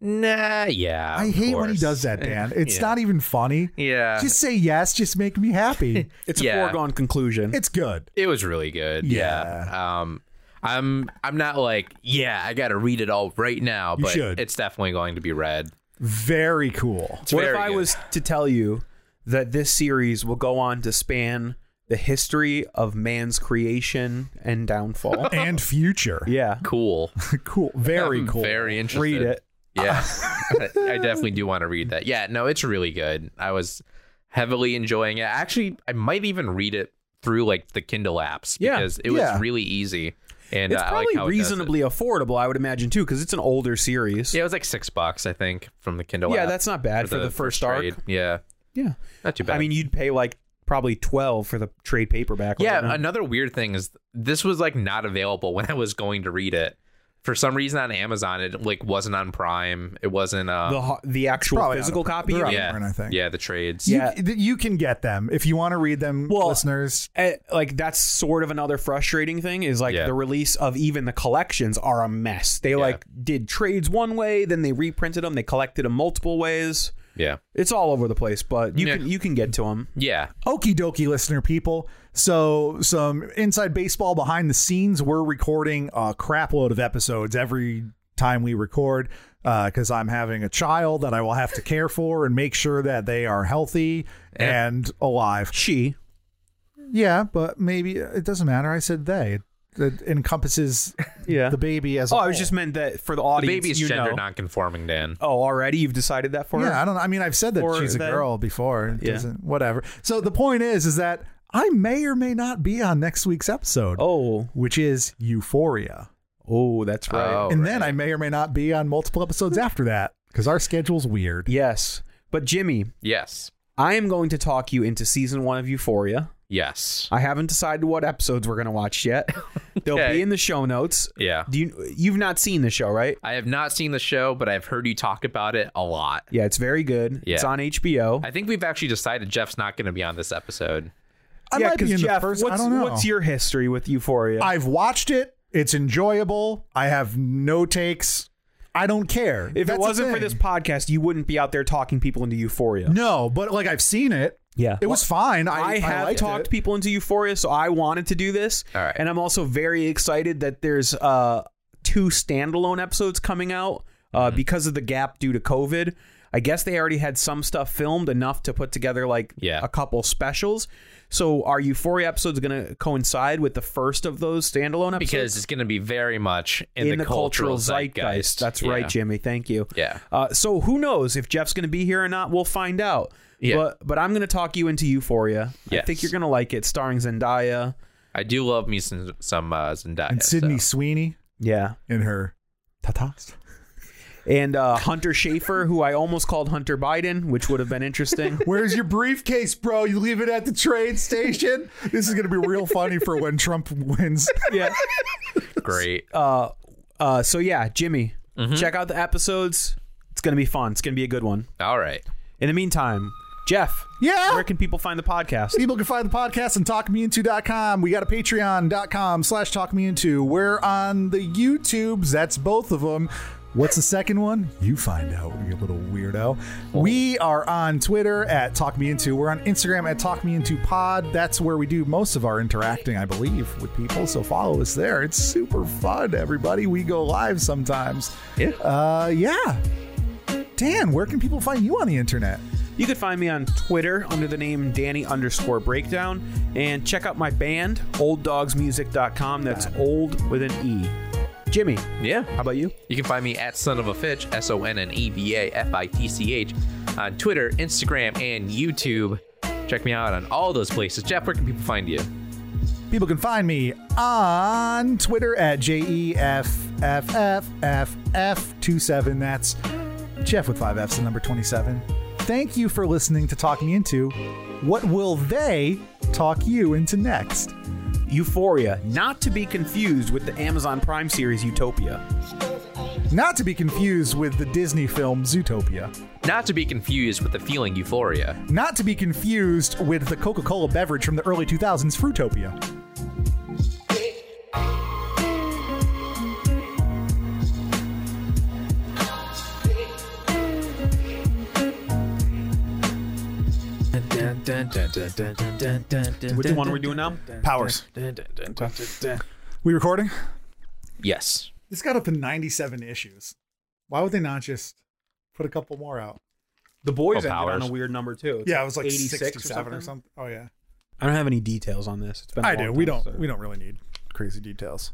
Speaker 3: Nah, yeah.
Speaker 1: I
Speaker 3: of
Speaker 1: hate when he
Speaker 3: course.
Speaker 1: does that, Dan. It's
Speaker 3: Yeah.
Speaker 1: not even funny.
Speaker 3: Yeah.
Speaker 1: Just say yes, just make me happy.
Speaker 2: It's a
Speaker 3: Yeah.
Speaker 2: foregone conclusion.
Speaker 1: it's good.
Speaker 3: It was really good. Yeah. Um I'm I'm not like, yeah, I gotta read it all right now, but
Speaker 1: should.
Speaker 3: it's definitely going to be read.
Speaker 1: Very cool.
Speaker 3: It's
Speaker 2: what
Speaker 3: very
Speaker 2: if I
Speaker 3: good.
Speaker 2: was to tell you that this series will go on to span the history of man's creation and downfall?
Speaker 1: And future.
Speaker 2: yeah,
Speaker 3: cool.
Speaker 1: Cool. Very
Speaker 3: I'm
Speaker 1: cool.
Speaker 3: Um, Very interested.
Speaker 2: read it.
Speaker 3: Yeah. I definitely do want to read that. Yeah, no, it's really good. I was heavily enjoying it. Actually, I might even read it through like the Kindle apps
Speaker 2: Yeah,
Speaker 3: because it
Speaker 1: yeah.
Speaker 3: was really easy. And
Speaker 2: It's
Speaker 3: uh, I
Speaker 2: probably
Speaker 3: like how it does it.
Speaker 2: reasonably affordable, I would imagine too, because it's an older series.
Speaker 3: Yeah, it was like six bucks, I think, from the Kindle
Speaker 2: Yeah,
Speaker 3: app
Speaker 2: that's not bad for, the, first arc.
Speaker 3: trade. Yeah.
Speaker 2: Yeah,
Speaker 3: Not too bad.
Speaker 2: I mean, you'd pay like probably twelve for the trade paperback.
Speaker 3: Yeah,
Speaker 2: wasn't it?
Speaker 3: another weird thing is this was like not available when I was going to read it. For some reason on Amazon, it like wasn't on Prime. It wasn't uh,
Speaker 2: the ho- the actual
Speaker 1: probably
Speaker 2: physical
Speaker 1: out of-
Speaker 2: copy.
Speaker 1: they're
Speaker 2: you
Speaker 1: out.
Speaker 2: mean?
Speaker 3: yeah,
Speaker 1: Amazon, I think.
Speaker 3: yeah, the trades.
Speaker 2: Yeah.
Speaker 1: You, th- you can get them if you want to read them,
Speaker 2: Well,
Speaker 1: listeners.
Speaker 2: Eh, like that's sort of another frustrating thing is like
Speaker 3: Yeah.
Speaker 2: the release of even the collections are a mess. They like did trades one way, then they reprinted them, they collected them multiple ways.
Speaker 3: yeah,
Speaker 2: It's all over the place, but you
Speaker 3: Yeah.
Speaker 2: can you can get to them.
Speaker 3: yeah.
Speaker 1: Okie dokie, listener people. So, some inside baseball behind the scenes. We're recording a crapload of episodes every time we record because I'm having a child that I will have to care for and make sure that they are healthy
Speaker 3: Yeah.
Speaker 1: and alive.
Speaker 2: She
Speaker 1: Yeah, but maybe it doesn't matter. I said they. It, it encompasses
Speaker 2: yeah.
Speaker 1: the baby as.
Speaker 2: oh,
Speaker 1: a
Speaker 2: I was
Speaker 1: whole.
Speaker 2: just meant that for the
Speaker 3: The
Speaker 2: audience.
Speaker 3: baby's
Speaker 2: you
Speaker 3: gender
Speaker 2: know.
Speaker 3: non-conforming, Dan.
Speaker 2: Oh, already you've decided that for her.
Speaker 1: Yeah, I don't. know. I mean, I've said that
Speaker 2: Or
Speaker 1: she's a
Speaker 2: they.
Speaker 1: girl before. It
Speaker 2: Yeah.
Speaker 1: doesn't, whatever. So the point is, is that I may or may not be on next week's episode.
Speaker 2: Oh,
Speaker 1: which is Euphoria.
Speaker 2: oh, that's right.
Speaker 3: Oh,
Speaker 1: and
Speaker 3: right.
Speaker 1: then I may or may not be on multiple episodes after that because our schedule's weird.
Speaker 2: Yes, but Jimmy,
Speaker 3: yes,
Speaker 2: I am going to talk you into season one of Euphoria.
Speaker 3: yes,
Speaker 2: I haven't decided what episodes we're going to watch yet. They'll
Speaker 3: Okay.
Speaker 2: be in the show notes.
Speaker 3: yeah.
Speaker 2: Do you you've not seen the show, right?
Speaker 3: I have not seen the show, but I've heard you talk about it a lot.
Speaker 2: Yeah, it's very good.
Speaker 3: Yeah.
Speaker 2: It's on HBO.
Speaker 3: I think we've actually decided Jeff's not going to be on this episode.
Speaker 1: I
Speaker 2: yeah,
Speaker 1: might be in the
Speaker 2: Jeff,
Speaker 1: first.
Speaker 2: what's,
Speaker 1: I don't know.
Speaker 2: what's your history with Euphoria?
Speaker 1: I've watched it. It's enjoyable. I have no takes. I don't care.
Speaker 2: if
Speaker 1: That's
Speaker 2: it
Speaker 1: the
Speaker 2: wasn't for
Speaker 1: thing.
Speaker 2: this podcast, you wouldn't be out there talking people into Euphoria.
Speaker 1: no, but like I've seen it.
Speaker 2: Yeah.
Speaker 1: It was fine. I,
Speaker 2: I have
Speaker 1: liked
Speaker 2: talked
Speaker 1: it.
Speaker 2: people into Euphoria, so I wanted to do this.
Speaker 3: All right.
Speaker 2: And I'm also very excited that there's uh, two standalone episodes coming out uh, because of the gap due to COVID. I guess they already had some stuff filmed enough to put together like
Speaker 3: Yeah.
Speaker 2: a couple specials. So our Euphoria episodes going to coincide with the first of those standalone episodes
Speaker 3: Because it's going to be very much in,
Speaker 2: in the, cultural zeitgeist. That's right,
Speaker 3: Yeah.
Speaker 2: Jimmy. Thank you.
Speaker 3: Yeah.
Speaker 2: Uh, so who knows if Jeff's going to be here or not? We'll find out.
Speaker 3: Yeah.
Speaker 2: But but I'm going to talk you into Euphoria. I
Speaker 3: Yes.
Speaker 2: think you're going to like it, starring Zendaya.
Speaker 3: I do love me some some uh, Zendaya.
Speaker 1: And
Speaker 3: so-
Speaker 1: Sydney Sweeney
Speaker 2: Yeah.
Speaker 1: and her tatas.
Speaker 2: And uh, Hunter Schafer, who I almost called Hunter Biden, which would have been interesting.
Speaker 1: Where's your briefcase, bro? You leave it at the train station. This is gonna be real funny for when Trump wins.
Speaker 2: yeah.
Speaker 3: Great.
Speaker 2: Uh, so yeah, Jimmy, check out the episodes. It's going to be fun. It's going to be a good one.
Speaker 3: All right.
Speaker 2: In the meantime, Jeff,
Speaker 1: Yeah.
Speaker 2: where can people find the podcast?
Speaker 1: People can find the podcast on talkmeinto.com. We got a patreon.com slash talkmeinto. We're on the YouTubes. That's both of them. What's the second one? You find out, you little weirdo. We are on Twitter at talkmeinto. We're on Instagram at talkmeintopod. That's where we do most of our interacting, I believe, with people. So follow us there. It's super fun, everybody. We go live sometimes.
Speaker 3: Yeah.
Speaker 1: Uh, yeah.
Speaker 4: Dan, where can people find you on the internet?
Speaker 2: You can find me on Twitter under the name Danny underscore breakdown and check out my band, olddogsmusic.com. That's old with an E. Jimmy,
Speaker 3: Yeah.
Speaker 2: how about you?
Speaker 3: You can find me at Son of a Fitch, S O N N E V A F I T C H, on Twitter, Instagram, and YouTube. Check me out on all those places. Jeff, where can people find you?
Speaker 4: People can find me on Twitter at E JEFFFFF27. That's Jeff with five F's, the number 27. Thank you for listening to Talk Me Into. What will they talk you into next?
Speaker 2: Euphoria, not to be confused with the Amazon Prime series Utopia.
Speaker 4: Not to be confused with the Disney film Zootopia.
Speaker 3: Not to be confused with the feeling euphoria.
Speaker 4: Not to be confused with the Coca Cola beverage from the early 2000s, Fruitopia.
Speaker 2: Which one we're doing now?
Speaker 4: Powers. We recording?
Speaker 3: Yes.
Speaker 1: This got up to 97 issues. Why would they not just put a couple more out?
Speaker 2: The boys
Speaker 3: Oh,
Speaker 2: ended on
Speaker 3: Powers.
Speaker 2: a weird number too. It's
Speaker 1: Yeah, it was like
Speaker 2: 86
Speaker 1: 67 or something. Oh yeah.
Speaker 2: I don't have any details on this. It's been a
Speaker 1: I
Speaker 2: long
Speaker 1: do. We
Speaker 2: time,
Speaker 1: don't
Speaker 2: so-
Speaker 1: we don't really need crazy details.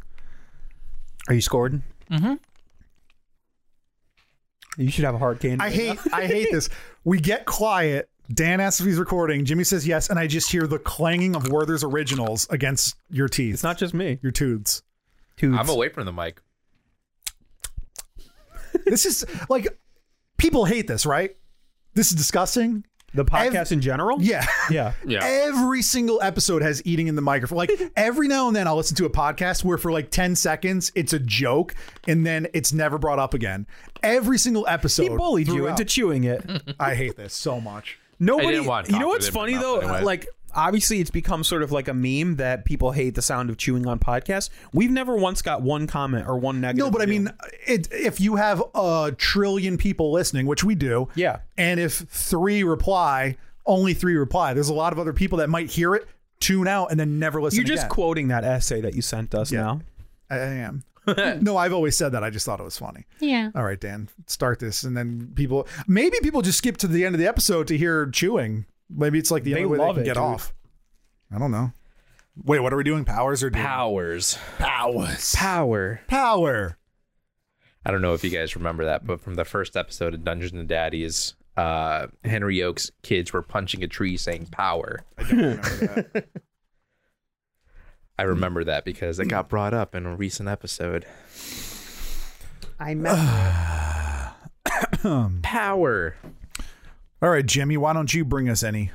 Speaker 2: Are you scored? Mm-hmm. You should have a hard candy.
Speaker 1: I hate I hate this. We get quiet. Dan asks if he's recording. Jimmy says yes, and I just hear the clanging of Werther's originals against your teeth.
Speaker 2: It's not just me.
Speaker 1: your tooths.
Speaker 3: I'm away from the mic.
Speaker 1: this is like people hate this, right? This is disgusting.
Speaker 2: The podcast in general?
Speaker 1: Yeah.
Speaker 2: Yeah.
Speaker 1: Every single episode has eating in the microphone. Like every now and then I'll listen to a podcast where for like 10 seconds it's a joke and then it's never brought up again. Every single episode.
Speaker 2: He bullied you
Speaker 1: throughout.
Speaker 2: into chewing it.
Speaker 1: I hate this so much.
Speaker 2: Nobody.
Speaker 3: didn't want to
Speaker 2: you
Speaker 3: talk
Speaker 2: know
Speaker 3: to
Speaker 2: what's
Speaker 3: them
Speaker 2: funny
Speaker 3: about
Speaker 2: though?
Speaker 3: that anyway.
Speaker 2: Like, obviously, it's become sort of like a meme that people hate the sound of chewing on podcasts. We've never once got one comment or one negative.
Speaker 1: No, but I
Speaker 2: review.
Speaker 1: mean, it, if you have a trillion people listening, which we do,
Speaker 2: Yeah.
Speaker 1: and if three reply, only three reply, there's a lot of other people that might hear it, tune out, and then never listen.
Speaker 2: you're just
Speaker 1: again.
Speaker 2: quoting that essay that you sent us now.
Speaker 1: I I am. no, I've always said that. I just thought it was funny. Yeah. All right, Dan, start this, and then people. Maybe people just skip to the end of the episode to hear chewing. Maybe it's like the
Speaker 2: They
Speaker 1: only way they
Speaker 2: love
Speaker 1: can
Speaker 2: it,
Speaker 1: get
Speaker 2: dude.
Speaker 1: off. I don't know. Wait, what are we doing? Powers or doing?
Speaker 3: Powers.
Speaker 1: powers?
Speaker 3: Power.
Speaker 1: Power.
Speaker 3: I don't know if you guys remember that, but from the first episode of Dungeons and Daddies, uh, Henry Oak's kids were punching a tree saying power. I don't remember that. I remember that because it got brought up in a recent episode.
Speaker 2: I
Speaker 3: Power.
Speaker 1: All right, Jimmy, why don't you bring us any